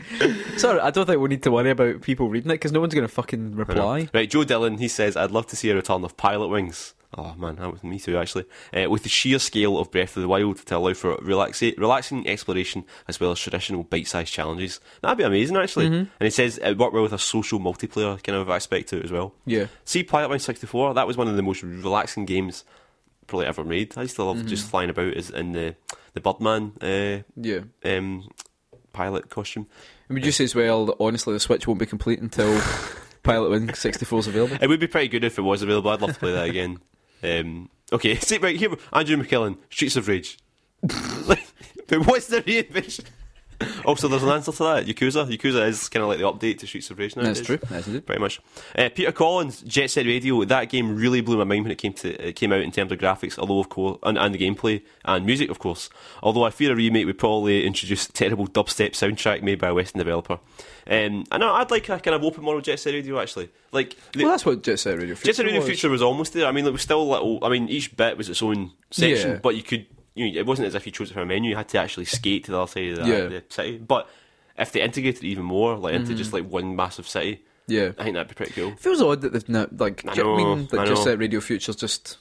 Speaker 1: Sorry, I don't think we need to worry about people reading it because no one's going to fucking reply.
Speaker 2: Right, Joe Dillon, he says, I'd love to see a return of Pilot Wings. Oh man, that was me too actually. Uh, with the sheer scale of Breath of the Wild to allow for relaxa- relaxing exploration as well as traditional bite-sized challenges, that'd be amazing actually. And he says it worked well with a social multiplayer kind of aspect to it as well.
Speaker 1: Yeah.
Speaker 2: See Pilot Wings 64, that was one of the most relaxing games probably ever made. I used to love just flying about as in the the Birdman uh,
Speaker 1: Yeah.
Speaker 2: um, pilot costume.
Speaker 1: And would you say as well that honestly the Switch won't be complete until Pilot Wing 64 is available?
Speaker 2: It would be pretty good if it was available. I'd love to play that again. Um, okay, see right here, Andrew McKellen, Streets of Rage. Like, but what's the reinvention? Also, there's an answer to that. Yakuza, Yakuza is kind of like the update to Streets of Rage now.
Speaker 1: That's true. That's it.
Speaker 2: Pretty much. Uh, Peter Collins, Jet Set Radio. That game really blew my mind when it came to it came out in terms of graphics, although of course, and, and the gameplay and music, of course. Although I fear a remake would probably introduce a terrible dubstep soundtrack made by a Western developer. Um, I know I'd like a kind of open world Jet Set Radio actually. Like the,
Speaker 1: Well, that's what Jet Set Radio Future
Speaker 2: Jet Set Radio
Speaker 1: was.
Speaker 2: Future was almost there. I mean, it was still a little. I mean, each bit was its own section,
Speaker 1: Yeah.
Speaker 2: but you could. You know, it wasn't as if you chose it from a menu. You had to actually skate to the other side of the,
Speaker 1: Yeah. Mm-hmm.
Speaker 2: the city. But if they integrated it even more, like into just like one massive city,
Speaker 1: Yeah.
Speaker 2: I think that'd be pretty cool.
Speaker 1: Feels odd that they've not, like,
Speaker 2: I
Speaker 1: do you know what I mean?
Speaker 2: know, I
Speaker 1: Like, Jet
Speaker 2: know.
Speaker 1: Set Radio Future's just.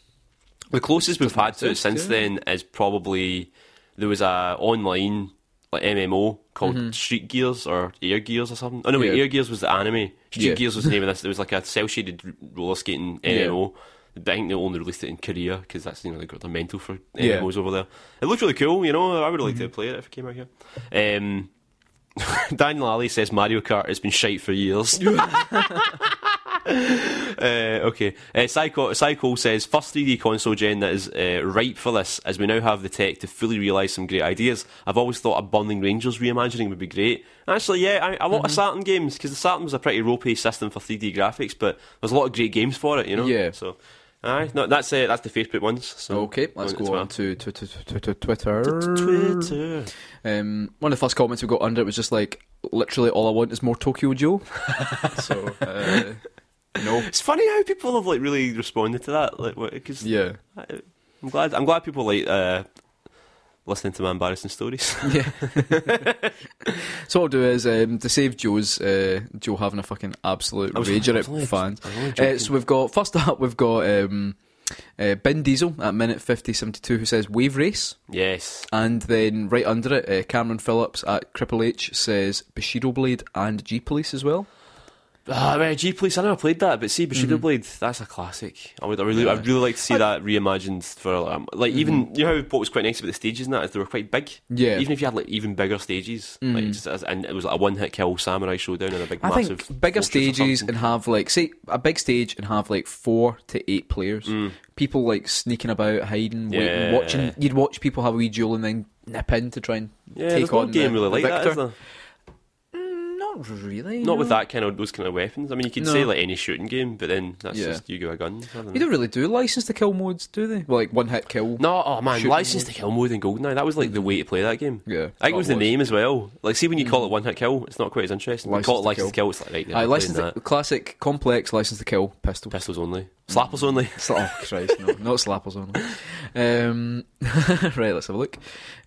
Speaker 2: The closest we've had to it
Speaker 1: exist,
Speaker 2: since
Speaker 1: yeah.
Speaker 2: then is probably there was a online like MMO called Street Gears or Air Gears or something. Oh no, wait,
Speaker 1: Mm-hmm. Yeah.
Speaker 2: Air Gears was the anime. Street
Speaker 1: Yeah.
Speaker 2: Gears was the name of this. There was like a cell shaded roller skating MMO. I think they only released it in Korea because that's you know they got their mental for
Speaker 1: Yeah. Mm-hmm.
Speaker 2: MMOs over there. It looked really cool, you know. I would have liked to play it if it came out here. Um, Daniel Alley says Mario Kart has been shite for years. Uh, okay. Uh, Psycho, Psycho says first 3D console gen that is uh, ripe for this, as we now have the tech to fully realise some great ideas. I've always thought a Burning Rangers reimagining would be great. Actually, yeah, I, a lot
Speaker 1: Mm-hmm.
Speaker 2: of Saturn games because the Saturn was a pretty ropey system for 3D graphics, but there's a lot of great games for it, you know.
Speaker 1: Yeah.
Speaker 2: So, aye, no, that's uh, that's the Facebook ones. So
Speaker 1: Okay, let's go on to tw- tw- tw- tw- Twitter.
Speaker 2: Twitter.
Speaker 1: Um, one of the first comments we got under it was just like, literally, all I want is more Tokyo Joe. so, uh, no.
Speaker 2: It's funny how people have like really responded to that, like because
Speaker 1: Yeah.
Speaker 2: I- I'm glad. I'm glad people like uh, listening to my embarrassing stories.
Speaker 1: Yeah. so what I'll do is um, to save Joe's uh, Joe having a fucking absolute
Speaker 2: was-
Speaker 1: rager
Speaker 2: I was only-
Speaker 1: at fans.
Speaker 2: I was only
Speaker 1: Uh,
Speaker 2: joking.
Speaker 1: so we've got first up we've got um, uh, Ben Diesel at minute fifty seventy two who says wave race,
Speaker 2: yes.
Speaker 1: and then right under it uh, Cameron Phillips at Triple H says Bushido Blade and G Police as well.
Speaker 2: Ah, well, G Police. I never played that, but see, Bushido Blade. That's a classic. I would. I really.
Speaker 1: Mm-hmm. Yeah. Mm-hmm.
Speaker 2: I'd really like to see that reimagined for um, like even you know how what was quite nice about the stages and that is they were quite big.
Speaker 1: Yeah. Mm-hmm.
Speaker 2: Even if you had like even bigger stages, like just as, and it was like a one hit kill samurai showdown and a big
Speaker 1: I
Speaker 2: massive.
Speaker 1: think bigger
Speaker 2: fortress or
Speaker 1: stages
Speaker 2: something.
Speaker 1: and have like say a big stage and have like four to eight players. People like sneaking about, hiding,
Speaker 2: Mm. Yeah.
Speaker 1: waiting, watching. You'd watch people have a wee duel and then nip in to try and
Speaker 2: yeah,
Speaker 1: take
Speaker 2: there's no
Speaker 1: on the,
Speaker 2: game really
Speaker 1: the victor.
Speaker 2: like that, is there?
Speaker 1: Mm, Not really.
Speaker 2: Not with
Speaker 1: no.
Speaker 2: that kind of those kind of weapons. I mean, you could
Speaker 1: No.
Speaker 2: say like any shooting game, but then that's
Speaker 1: Yeah.
Speaker 2: just you go a gun. I don't
Speaker 1: You
Speaker 2: know.
Speaker 1: don't really do license to kill modes, do they? Well, like one hit kill.
Speaker 2: No, oh man,
Speaker 1: Shooting
Speaker 2: License to Kill mode in Goldeneye. That was like the way to play that game.
Speaker 1: Yeah,
Speaker 2: I think it was the
Speaker 1: that was.
Speaker 2: name as well. Like, see when you call it one hit kill, it's not quite as interesting. When you call it License to Kill, it's like right.
Speaker 1: I
Speaker 2: Yeah,
Speaker 1: license
Speaker 2: license
Speaker 1: to,
Speaker 2: that.
Speaker 1: classic complex license to kill pistol.
Speaker 2: Pistols only, slappers only.
Speaker 1: oh Christ, no, not slappers only. Um, right, let's have a look.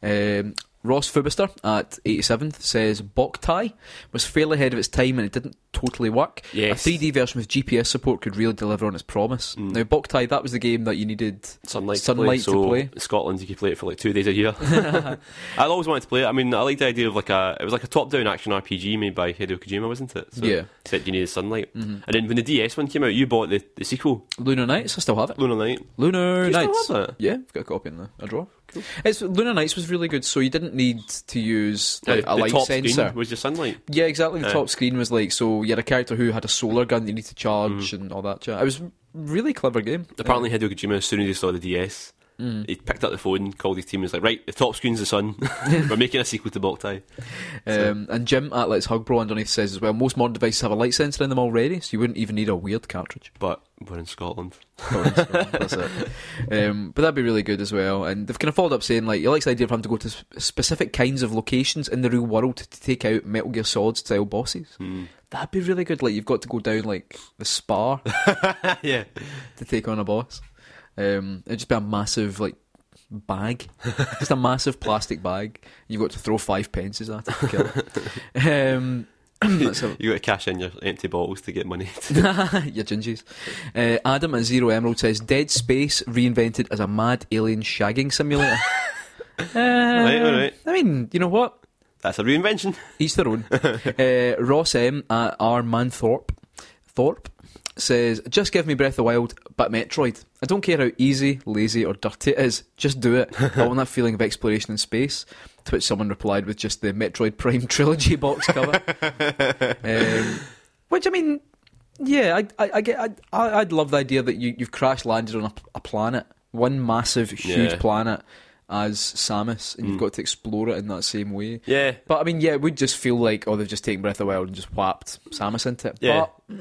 Speaker 1: Um, Ross Fubister at 87th says Boktai was fairly ahead of its time and it didn't totally work.
Speaker 2: Yes. Mm.
Speaker 1: A 3D version with GPS support could really deliver on its promise. Now Boktai, that was the game that you needed.
Speaker 2: Sunlight,
Speaker 1: Sunlight
Speaker 2: to
Speaker 1: to
Speaker 2: play. So
Speaker 1: play.
Speaker 2: Scotland, you could play it for like two days a year. I'd always wanted to play it. I mean, I like the idea of like a. It was like a top-down action RPG made by Hideo Kojima, wasn't it? So
Speaker 1: Yeah. Mm-hmm.
Speaker 2: Said you needed sunlight, and then when the DS one came out, you bought the, the sequel,
Speaker 1: Lunar Nights, I still have it.
Speaker 2: Lunar Night.
Speaker 1: Lunar
Speaker 2: you still
Speaker 1: Nights.
Speaker 2: have it?
Speaker 1: Yeah, I've got a copy in there. A drawer. Cool. It's Lunar Nights was really good, so you didn't need to use like,
Speaker 2: Uh, the
Speaker 1: a light
Speaker 2: top
Speaker 1: sensor.
Speaker 2: screen was your sunlight.
Speaker 1: Yeah, exactly. The
Speaker 2: Uh,
Speaker 1: top screen was like so you had a character who had a solar gun that you need to
Speaker 2: Mm.
Speaker 1: charge and all that. Chat. It was a really clever game.
Speaker 2: Apparently, Hideo Kojima, as soon as he saw the DS,
Speaker 1: Mm.
Speaker 2: he picked up the phone, called his team, and was like, "Right, the top screen's the sun. We're making a sequel to Boktai."
Speaker 1: Um, and Jim at Let's Hug Bro underneath says as well, most modern devices have a light sensor in them already, so you wouldn't even need a weird cartridge.
Speaker 2: But we're in Scotland.
Speaker 1: That's it. Um, but that'd be really good as well. And they've kind of followed up saying like, he likes the idea of having to go to sp- specific kinds of locations in the real world to take out Metal Gear Solid style bosses. That'd be really good. Like you've got to go down like the spa
Speaker 2: yeah,
Speaker 1: to take on a boss. Um, it'd just be a massive like bag, just a massive plastic bag. You've got to throw five pences at it to kill it. um, that's a-
Speaker 2: you got to cash in your empty bottles to get money.
Speaker 1: your gingies. Uh, Adam at Zero Emerald says Dead Space reinvented as a mad alien shagging simulator. Uh,
Speaker 2: alright.
Speaker 1: I mean, you know what?
Speaker 2: That's a reinvention.
Speaker 1: Each their own. uh, Ross M at R Manthorpe Thorpe says, "Just give me Breath of the Wild, but Metroid. I don't care how easy, lazy, or dirty it is. Just do it. I want that feeling of exploration in space." To which someone replied with just the Metroid Prime trilogy box cover, um, which I mean, yeah, I, I, I get, I, I, I'd love the idea that you, you've crash landed on a, a planet, one massive, huge
Speaker 2: Yeah. Mm.
Speaker 1: planet, as Samus, and you've got to explore it in that same way.
Speaker 2: Yeah,
Speaker 1: But I mean, yeah, it would just feel like, oh, they've just taken Breath of the Wild and just whapped Samus into it.
Speaker 2: Yeah.
Speaker 1: But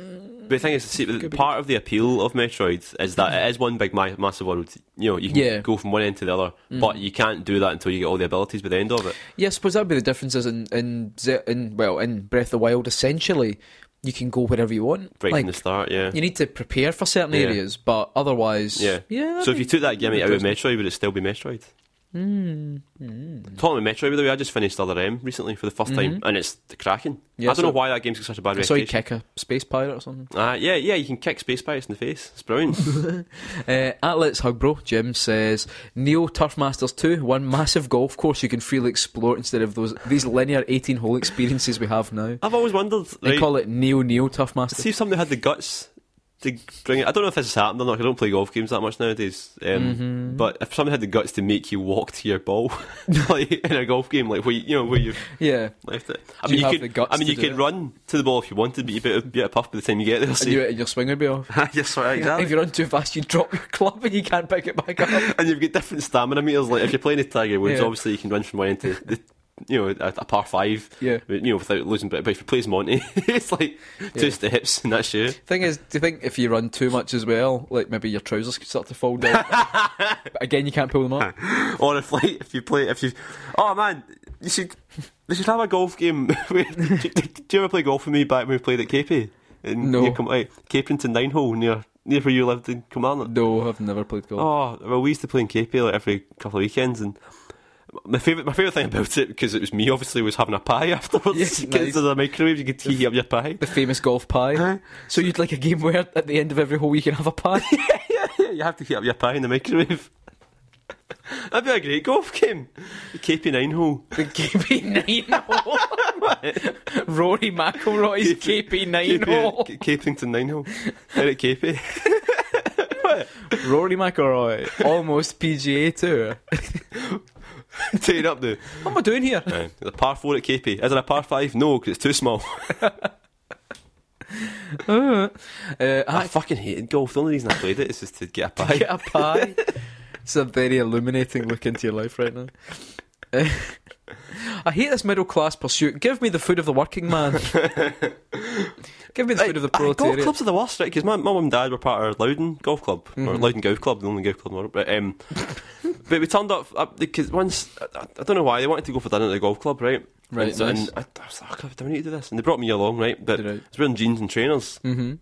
Speaker 2: but the thing is, see, part of the appeal of Metroid is that it is one big ma- massive world. You know, you can
Speaker 1: Yeah. Mm.
Speaker 2: go from one end to the other, but you can't do that until you get all the abilities by the end of it.
Speaker 1: yeah, I suppose that would be the difference is in, in, Ze- in, well, in Breath of the Wild, essentially, you can go wherever you want.
Speaker 2: Right
Speaker 1: like,
Speaker 2: from the start, yeah.
Speaker 1: you need to prepare for certain
Speaker 2: Yeah.
Speaker 1: areas, but otherwise,
Speaker 2: Yeah.
Speaker 1: yeah.
Speaker 2: So if you took that gimmick out of
Speaker 1: interesting.
Speaker 2: Metroid, would it still be Metroid?
Speaker 1: Hmm,
Speaker 2: Mm. Talking about Metroid, by the way, I just finished Other M recently for the 1st time, and it's cracking.
Speaker 1: Mm-hmm. Yeah,
Speaker 2: I don't
Speaker 1: so-
Speaker 2: know why that game's got such a bad
Speaker 1: I saw you
Speaker 2: reputation.
Speaker 1: kick a space pirate or something.
Speaker 2: Uh, yeah, yeah, you can kick space pirates in the face. It's brilliant.
Speaker 1: Uh, at Let's Hug Bro, Jim says Neo Turf Masters 2, one massive golf course you can freely explore instead of those these linear 18 hole experiences we have now.
Speaker 2: I've always wondered.
Speaker 1: They
Speaker 2: Right,
Speaker 1: call it Neo Neo Turf Masters.
Speaker 2: see if somebody had the guts to bring it. I don't know if this has happened or not. 'cause I don't play golf games that much nowadays. Um,
Speaker 1: Mm-hmm.
Speaker 2: But if somebody had the guts to make you walk to your ball like, in a golf game, like where you, you know where you've
Speaker 1: yeah.
Speaker 2: left it. I
Speaker 1: Do
Speaker 2: mean,
Speaker 1: you have
Speaker 2: could.
Speaker 1: the guts
Speaker 2: I mean,
Speaker 1: to
Speaker 2: you
Speaker 1: do
Speaker 2: could
Speaker 1: it?
Speaker 2: run to the ball if you wanted, but you would be out of puff by the time you get there. So
Speaker 1: And your, your swing would be off.
Speaker 2: yes, right,
Speaker 1: If you're on too fast, you drop your club and you can't pick it back up.
Speaker 2: and you've got different stamina meters. Like if you're playing a Tiger Woods,
Speaker 1: Yeah.
Speaker 2: obviously you can run from one end to the, you know a, a par five.
Speaker 1: Yeah.
Speaker 2: but, you know without losing. But but if you play as Monty, it's like two steps and that's you.
Speaker 1: Thing is, do you think if you run too much as well, like maybe your trousers could start to fall down? but again, you can't pull them up.
Speaker 2: Or if like if you play if you, oh man, you should they should have a golf game. Wait, did, did you ever play golf with me back when we played at Capey? In,
Speaker 1: No.
Speaker 2: near Cam- like, Caprington nine hole near near where you lived in Kilmarnock.
Speaker 1: No, I've never played golf.
Speaker 2: Oh, well, we used to play in KP like every couple of weekends, and My favorite, my favorite thing about it because it was me obviously was having a pie afterwards.
Speaker 1: Yeah,
Speaker 2: Get
Speaker 1: nice.
Speaker 2: into the microwave, you could tee up your pie.
Speaker 1: The famous golf pie.
Speaker 2: Huh?
Speaker 1: So you'd like a game where at the end of every hole you can have a pie.
Speaker 2: yeah, you have to heat up your pie in the microwave. That'd be a great golf game. The KP9 hole.
Speaker 1: the KP9 hole. Rory McIlroy's KP9 hole.
Speaker 2: K- Capington 9 hole. Eric Capey.
Speaker 1: Rory McIlroy, almost PGA Tour.
Speaker 2: Tearing up the,
Speaker 1: What am I doing here?
Speaker 2: uh, the par 4 at Capey. Is it a par 5? No, because it's too small.
Speaker 1: Uh, I
Speaker 2: I fucking hated golf. The only reason I played it is just to get a pie.
Speaker 1: get a pie. it's a very illuminating look into your life right now. Uh, I hate this middle class pursuit. Give me the food of the working man. Give me the food of the
Speaker 2: Aye, golf
Speaker 1: proletariat.
Speaker 2: clubs are the worst, right? Because my, my mum and dad were part of Loudon Golf Club, or
Speaker 1: Mm-hmm.
Speaker 2: Loudon Golf Club, the only golf club in the world. But, um, but we turned up, up because once, I, I- I don't know why, they wanted to go for dinner at the golf club, right?
Speaker 1: Right,
Speaker 2: And, so,
Speaker 1: nice.
Speaker 2: and I, I was like, "Oh, do I need to do this? And they brought me along, right? But
Speaker 1: Right.
Speaker 2: I was wearing jeans and trainers
Speaker 1: hmm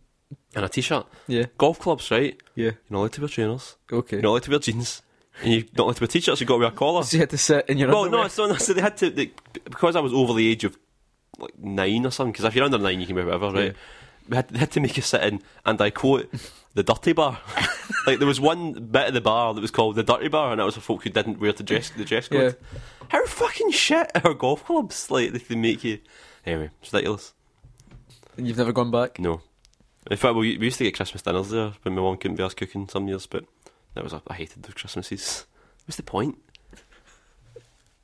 Speaker 2: and a t shirt.
Speaker 1: Yeah,
Speaker 2: Golf clubs, right?
Speaker 1: yeah,
Speaker 2: You're not allowed to wear trainers,
Speaker 1: okay.
Speaker 2: you're not allowed to wear jeans, and you're not allowed to wear t shirts, you've got to wear a collar.
Speaker 1: So you had to sit in your
Speaker 2: Well,
Speaker 1: underwear.
Speaker 2: no, so, no, so they had to they, because I was over the age of like nine or something. Because if you're under nine, you can wear whatever, right? We had, they had to make us sit in, and I quote the dirty bar. like there was one bit of the bar that was called the dirty bar, and that was for folk who didn't wear the dress the dress code. How fucking shit are golf clubs? Like they, they make you anyway. It's ridiculous.
Speaker 1: And You've never gone back.
Speaker 2: No, in fact, we, we used to get Christmas dinners there when my mum couldn't be us cooking some years, but that was I hated the Christmases. What's the point?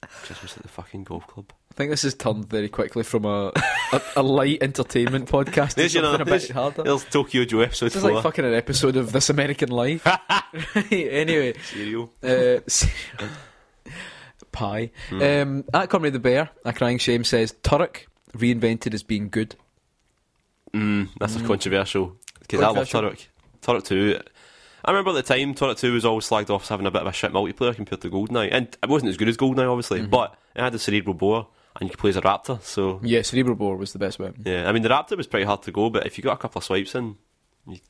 Speaker 2: Christmas at the fucking golf club.
Speaker 1: I think this has turned very quickly from a a, a light entertainment podcast to
Speaker 2: There's your-
Speaker 1: something a bit
Speaker 2: there's-
Speaker 1: harder.
Speaker 2: There's Tokyo Joe episode
Speaker 1: This is
Speaker 2: four.
Speaker 1: like fucking an episode of This American Life. Right, anyway,
Speaker 2: Cereal.
Speaker 1: uh, s- pie.
Speaker 2: Hmm.
Speaker 1: Um, at Conrad the Bear, a crying shame says Turok reinvented as being good.
Speaker 2: Mm, that's a controversial because I love
Speaker 1: Controversial.
Speaker 2: Turok. Turok Two. I remember at the time Turok Two was always slagged off as having a bit of a shit multiplayer compared to GoldenEye, and it wasn't as good as GoldenEye, obviously,
Speaker 1: Mm-hmm.
Speaker 2: but it had a cerebral bore and you could play as a raptor. So
Speaker 1: Yeah, Cerebral Bore was the best weapon.
Speaker 2: yeah, I mean the raptor was pretty hard to go, but if you got a couple of swipes in,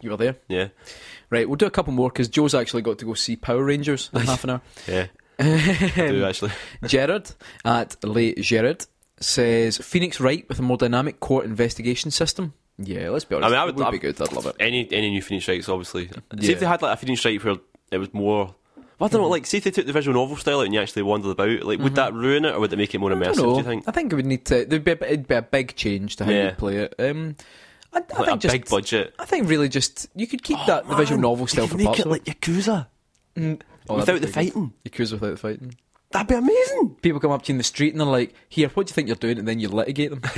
Speaker 1: You were there.
Speaker 2: yeah,
Speaker 1: Right, we'll do a couple more because Joe's actually got to go see Power Rangers in half an hour.
Speaker 2: yeah. I do
Speaker 1: Um,
Speaker 2: actually.
Speaker 1: Gerard at Le Gerard says Phoenix Wright with a more dynamic court investigation system. Yeah, let's be honest.
Speaker 2: I mean, I
Speaker 1: it
Speaker 2: would-
Speaker 1: would
Speaker 2: I-
Speaker 1: be good. I'd love it.
Speaker 2: Any any new Phoenix Strikes, obviously. See
Speaker 1: Yeah. Mm-hmm.
Speaker 2: if they had like a Phoenix Strike where it was more. Well, I don't know. Like, see if they took the visual novel style out and you actually wandered about. Like, would that ruin it or would it make it more
Speaker 1: I don't
Speaker 2: immersive? Do
Speaker 1: know.
Speaker 2: you think?
Speaker 1: I think it would need to. There'd be a, it'd be a big change to how
Speaker 2: Yeah.
Speaker 1: you play it. Um, I, I
Speaker 2: Like
Speaker 1: think
Speaker 2: a
Speaker 1: just.
Speaker 2: big budget.
Speaker 1: I think really just you could
Speaker 2: Oh,
Speaker 1: keep that the visual novel style for parts of it.
Speaker 2: Yakuza
Speaker 1: Mm. Oh, that'd
Speaker 2: without
Speaker 1: be
Speaker 2: the
Speaker 1: pretty good.
Speaker 2: fighting.
Speaker 1: Yakuza without the fighting.
Speaker 2: That'd be amazing.
Speaker 1: People come up to you in the street and they're like, "Here, what do you think you're doing?" And then you litigate them.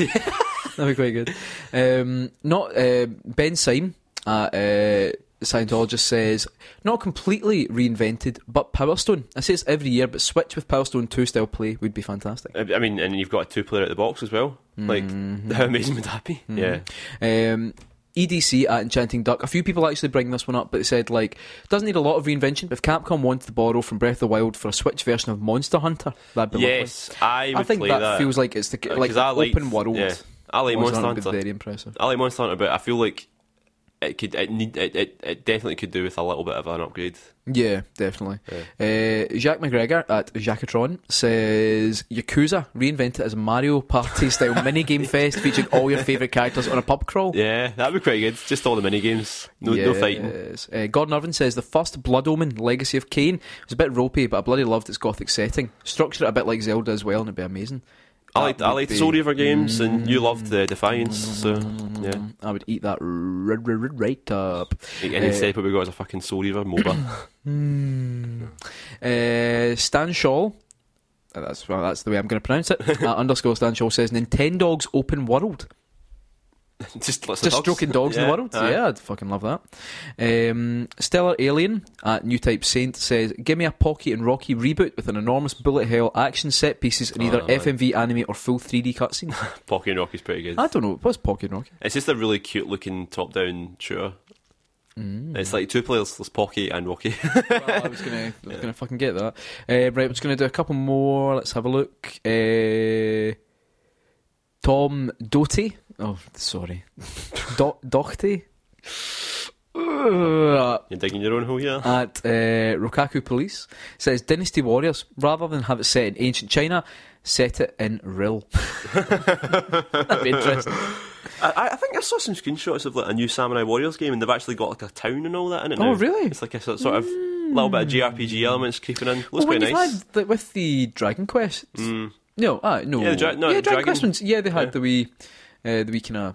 Speaker 1: That'd be quite good. Um, not uh, Ben Syme, uh, uh, Scientologist, says not completely reinvented, but Power Stone. I say it's every year, but Switch with Power Stone two style play would be fantastic.
Speaker 2: I I mean, and you've got a two-player at the box as well. Like,
Speaker 1: Mm-hmm.
Speaker 2: how amazing would that be? Yeah.
Speaker 1: Um, EDC at Enchanting Duck. A few people actually bring this one up, but they said like doesn't need a lot of reinvention. But if Capcom wanted to borrow from Breath of the Wild for a Switch version of Monster Hunter, that'd be
Speaker 2: Yes, I
Speaker 1: lovely.
Speaker 2: would
Speaker 1: I think
Speaker 2: play
Speaker 1: that,
Speaker 2: that. Uh,
Speaker 1: feels like it's the
Speaker 2: 'Cause
Speaker 1: like
Speaker 2: I liked-
Speaker 1: open world.
Speaker 2: yeah. I like Monster
Speaker 1: would
Speaker 2: Hunter.
Speaker 1: be very impressive.
Speaker 2: I like Monster Hunter, but I feel like it could. It need. It, it, it definitely could do with a little bit of an upgrade.
Speaker 1: Yeah, definitely. Uh, Jacques McGregor at Jacatron says Yakuza reinvented as a Mario Party style minigame fest featuring all your favourite characters on a pub crawl.
Speaker 2: Yeah, that'd be quite good. Just all the mini games. No, no fighting.
Speaker 1: Yes. Uh, Gordon Irvin says the first Blood Omen Legacy of Kane was a bit ropey, but I bloody loved its gothic setting. Structure it a bit like Zelda as well, and it'd be amazing.
Speaker 2: I
Speaker 1: That
Speaker 2: liked. I
Speaker 1: would
Speaker 2: liked
Speaker 1: be- Mm,
Speaker 2: Soul River games, and you loved the Defiance. So yeah,
Speaker 1: I would eat that r- r- r- right up.
Speaker 2: and
Speaker 1: Uh,
Speaker 2: instead what we got is a fucking Soul River MOBA.
Speaker 1: Mm. Uh, Stan Shaw. uh, That's well, that's the way I'm going to pronounce it. Uh, underscore Stan Shaw says Nintendo's open world.
Speaker 2: just lots of
Speaker 1: Just
Speaker 2: dogs.
Speaker 1: stroking dogs in
Speaker 2: Yeah,
Speaker 1: the world.
Speaker 2: aye.
Speaker 1: Yeah, I'd fucking love that. Um, Stellar Alien at New Type Saint says, "Give me a Pocky and Rocky reboot with an enormous bullet hell, action set pieces, and
Speaker 2: Oh,
Speaker 1: either
Speaker 2: no, mate.
Speaker 1: FMV anime or full 3D cutscene."
Speaker 2: Pocky and Rocky's pretty good.
Speaker 1: I don't know what's Pocky and Rocky.
Speaker 2: It's just a really cute looking top down shooter.
Speaker 1: Mm.
Speaker 2: It's like two players, there's Pocky and Rocky.
Speaker 1: well, I was gonna, I was gonna fucking get that. Uh, right, I'm just gonna do a couple more. Let's have a look. Uh, Tom Doty. Oh, sorry, Do- Doherty?
Speaker 2: You're digging your own hole here.
Speaker 1: at uh, Rokaku Police says Dynasty Warriors, rather than have it set in ancient China, set it in real. That'd be interesting.
Speaker 2: I, I think I saw some screenshots of like a new Samurai Warriors game, and they've actually got like a town and all that in it.
Speaker 1: Oh,
Speaker 2: now.
Speaker 1: really? Hmm.
Speaker 2: It's like a sort sort of little bit of JRPG elements creeping in. Looks
Speaker 1: Well,
Speaker 2: quite
Speaker 1: when
Speaker 2: nice. Mm.
Speaker 1: you've had the, with the Dragon Quest, no, ah, no,
Speaker 2: Yeah, the dra- no,
Speaker 1: yeah, Dragon
Speaker 2: the Dragon-
Speaker 1: Quest ones, yeah, they had
Speaker 2: yeah.
Speaker 1: the wee, uh, the wee kind of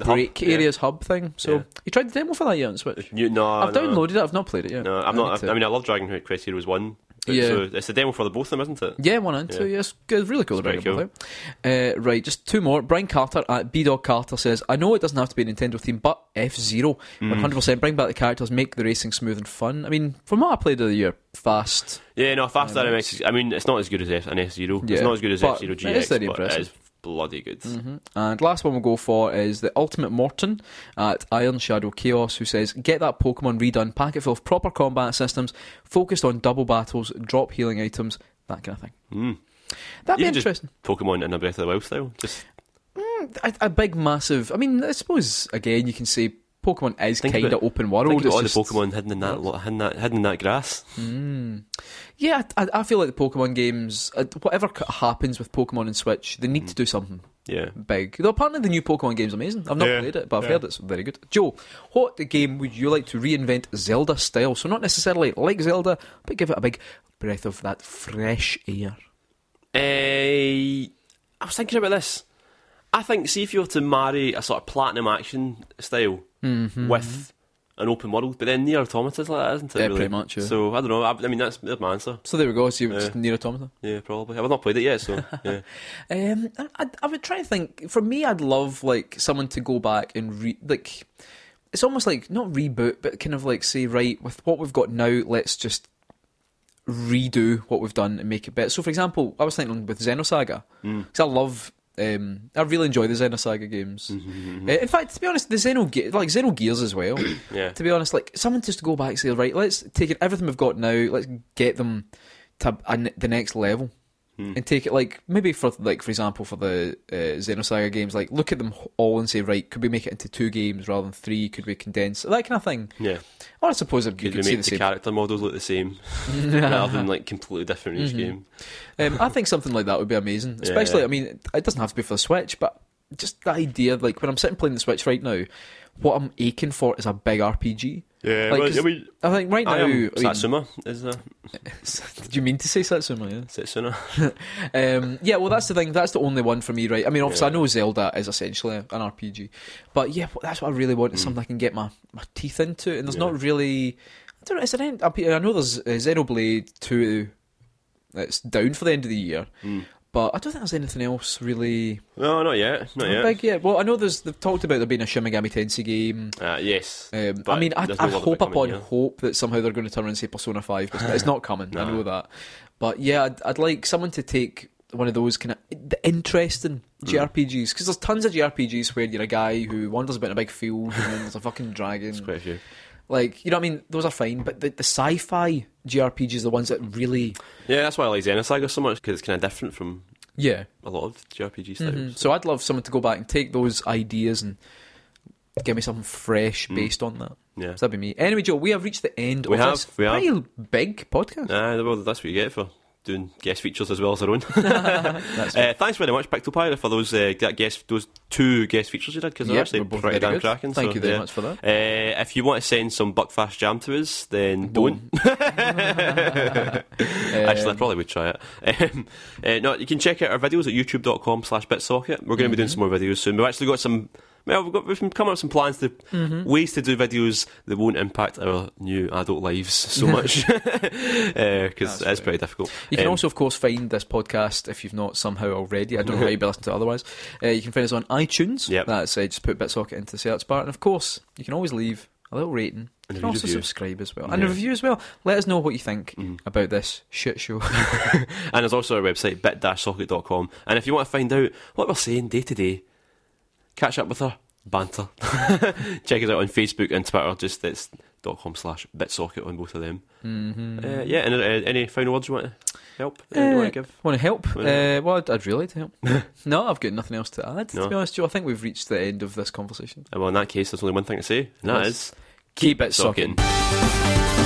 Speaker 2: hub,
Speaker 1: break
Speaker 2: yeah.
Speaker 1: areas hub thing. So
Speaker 2: Yeah.
Speaker 1: you tried the demo for that yet on Switch?
Speaker 2: You- no,
Speaker 1: I've
Speaker 2: no,
Speaker 1: downloaded it. I've not played it yet.
Speaker 2: No, I'm
Speaker 1: need
Speaker 2: not.
Speaker 1: to.
Speaker 2: I, mean, I love Dragon Quest Heroes One. but
Speaker 1: Yeah.
Speaker 2: So it's a demo for the both of them, isn't it?
Speaker 1: Yeah, one and two.
Speaker 2: Yeah.
Speaker 1: Yeah, it's good. Really cool.
Speaker 2: It's
Speaker 1: About
Speaker 2: pretty
Speaker 1: it, by the way. Uh, right, just two more. Brian Carter at B Dog Carter says, "I know it doesn't have to be a Nintendo theme, but F Zero,
Speaker 2: Mm.
Speaker 1: one hundred percent. Bring back the characters, make the racing smooth and fun. I mean, from what I played of the year, fast.
Speaker 2: Yeah, no, Fast RMX. is- I mean, it's not as good as F- an F Zero.
Speaker 1: Yeah,
Speaker 2: It's not as good as
Speaker 1: but
Speaker 2: F Zero
Speaker 1: it is
Speaker 2: GX,
Speaker 1: very
Speaker 2: but it
Speaker 1: impressive. Mm-hmm.
Speaker 2: is bloody good.
Speaker 1: And last one we'll go for is the Ultimate Morton at Iron Shadow Chaos, who says, Get that Pokemon redone, pack it full of proper combat systems, focused on double battles, drop healing items, that kind of thing.
Speaker 2: Mm.
Speaker 1: That'd be
Speaker 2: Even just
Speaker 1: interesting.
Speaker 2: Pokemon in a Breath of the Wild style. Just
Speaker 1: A, a big, massive. I mean, I suppose, again, you can say Pokemon is
Speaker 2: Think
Speaker 1: kind
Speaker 2: of
Speaker 1: of
Speaker 2: it-
Speaker 1: open world.
Speaker 2: think about
Speaker 1: it's
Speaker 2: all the
Speaker 1: just- Hmm.
Speaker 2: Pokemon hidden in that, lo- hidden that, hidden in that grass.
Speaker 1: Yeah, I, I feel like the Pokemon games, uh, whatever c- happens with Pokemon and Switch, they
Speaker 2: Mm.
Speaker 1: need to do something
Speaker 2: Yeah.
Speaker 1: big. Though apparently the new Pokemon game's amazing. I've not
Speaker 2: Yeah,
Speaker 1: played it, but I've
Speaker 2: yeah.
Speaker 1: heard it's very good. Joe, what game would you like to reinvent Zelda style? So not necessarily like Zelda, but give it a big breath of that fresh air.
Speaker 2: Eh, I was thinking about this. I think, see if you were to marry a sort of platinum action style with an open world, but then near automata is like that, isn't it?
Speaker 1: Mm-hmm. Yeah,
Speaker 2: really?
Speaker 1: pretty much, yeah.
Speaker 2: So I don't know. I, I mean, that's, that's my answer.
Speaker 1: So there we go. So you just near automata.
Speaker 2: Yeah, probably. I've not played it yet, so yeah.
Speaker 1: Um, I, I, I would try and think. For me, I'd love like someone to go back and re like. It's almost like not reboot, but kind of like say, right, with what we've got now, let's just redo what we've done and make it better. So, for example, I was thinking with Xenosaga because I love. Um, I really enjoy the Xenosaga games. Uh, in fact, to be honest, the Xeno ge- like Xeno Gears as well.
Speaker 2: Yeah.
Speaker 1: To be honest, like someone just to go back and say, right, let's take it, everything we've got now, let's get them to an the next level,
Speaker 2: Hmm.
Speaker 1: and take it like maybe for like for example for the uh, Xenosaga games, like look at them all and say, right, could we make it into two games rather than three? Could we condense that kind of thing?
Speaker 2: Yeah.
Speaker 1: Or I suppose you
Speaker 2: Could
Speaker 1: could
Speaker 2: we
Speaker 1: say
Speaker 2: make
Speaker 1: the
Speaker 2: the
Speaker 1: same.
Speaker 2: character models look the same rather than like completely different in
Speaker 1: Mm-hmm.
Speaker 2: each game?
Speaker 1: Um, I think something like that would be amazing. Especially,
Speaker 2: yeah.
Speaker 1: I mean, it- it doesn't have to be for the Switch, but just the idea, like when I'm sitting playing the Switch right now, what I'm aching for is a big RPG.
Speaker 2: Yeah,
Speaker 1: Like,
Speaker 2: well,
Speaker 1: 'cause
Speaker 2: I mean,
Speaker 1: I think right now,
Speaker 2: I
Speaker 1: I
Speaker 2: am
Speaker 1: mean-
Speaker 2: Satsuma is a
Speaker 1: did you mean to say Satsuma? Yeah.
Speaker 2: Satsuna.
Speaker 1: Um, yeah, well, that's the thing. That's the only one for me, right? I mean, obviously, I
Speaker 2: Yeah.
Speaker 1: know Zelda is essentially an RPG, but yeah, wh- that's what I really want.
Speaker 2: Hmm.
Speaker 1: Is something I can get my, my teeth into, and there's not really. I don't know. Is there any, I mean, I know there's uh, Xenoblade Two. That's down for the end of the year,
Speaker 2: Hmm.
Speaker 1: but I don't think there's anything else really
Speaker 2: No, not yet. Not yet.
Speaker 1: big yet. Well, I know there's they've talked about there being a Shin Megami Tensei game.
Speaker 2: Uh, yes.
Speaker 1: Um, I
Speaker 2: But
Speaker 1: mean, I,
Speaker 2: there's no
Speaker 1: I
Speaker 2: word of it
Speaker 1: hope
Speaker 2: coming,
Speaker 1: upon
Speaker 2: yeah.
Speaker 1: hope that somehow they're going to turn around and say Persona 5, but it's not coming. I know that. But yeah, I'd, I'd like someone to take one of those kind of the interesting
Speaker 2: Mm.
Speaker 1: JRPGs, because there's tons of JRPGs where you're a guy who wanders about in a big field and then there's a fucking dragon.
Speaker 2: Quite a few.
Speaker 1: Like, you know what I mean? Those are fine, but the, the sci fi JRPGs are the ones that really.
Speaker 2: Yeah, that's why I like Xenosaga so much because it's kind of different from
Speaker 1: Yeah.
Speaker 2: a lot of JRPG styles.
Speaker 1: So I'd love someone to go back and take those ideas and give me something fresh based on that.
Speaker 2: Mm. Yeah.
Speaker 1: So that'd be me. Anyway, Joe, we have reached the end
Speaker 2: We
Speaker 1: of
Speaker 2: have,
Speaker 1: this
Speaker 2: we have.
Speaker 1: pretty big podcast.
Speaker 2: Ah, well, that's what you get for doing guest features as well as our own. uh, thanks very much, Pictopyra, for those uh, that guest those two guest features you did because
Speaker 1: Yep,
Speaker 2: they're actually
Speaker 1: they're both
Speaker 2: pretty
Speaker 1: very
Speaker 2: damn
Speaker 1: good.
Speaker 2: cracking.
Speaker 1: Thank
Speaker 2: so,
Speaker 1: you very
Speaker 2: yeah.
Speaker 1: much for that.
Speaker 2: Uh, if you want to send some Buckfast jam to us, then don't. Actually, I
Speaker 1: Um,
Speaker 2: probably would try it. Um, uh, no, you can check out our videos at youtube.com slash bitsocket. We're going to be
Speaker 1: Mm-hmm.
Speaker 2: doing some more videos soon. We've actually got some... Well, we've, got, we've been coming up with some plans to
Speaker 1: Mm-hmm.
Speaker 2: ways to do videos that won't impact our new adult lives so much because it's pretty difficult.
Speaker 1: You can
Speaker 2: Um,
Speaker 1: also, of course, find this podcast if you've not somehow already. I don't know how you'd be listening to it otherwise. Uh, you can find us on iTunes.
Speaker 2: Yep.
Speaker 1: That's uh, just put BitSocket into the search bar. And of course, you can always leave a little rating. You can
Speaker 2: a
Speaker 1: also
Speaker 2: review. Mm.
Speaker 1: subscribe as well. And a review as well. Let us know what you think about this shit show.
Speaker 2: And there's also our website, bit-socket.com. And if you want to find out what we're saying day to day, catch up with our banter. Check us out on Facebook and Twitter, just it's dot com slash bitsocket on both of them. Mm-hmm. Uh, yeah, and uh, any final words you want to help? Anything you want to give?
Speaker 1: Want to Uh, help?
Speaker 2: Wanna
Speaker 1: Uh, well, I'd, I'd really like to help. no, I've got nothing else to add.
Speaker 2: No.
Speaker 1: To be honest, Joe, I think we've reached the end of this conversation.
Speaker 2: Uh, Well, in that case, there's only one thing to say, and that
Speaker 1: Yes.
Speaker 2: is
Speaker 3: Keep it sucking.
Speaker 1: Sucking.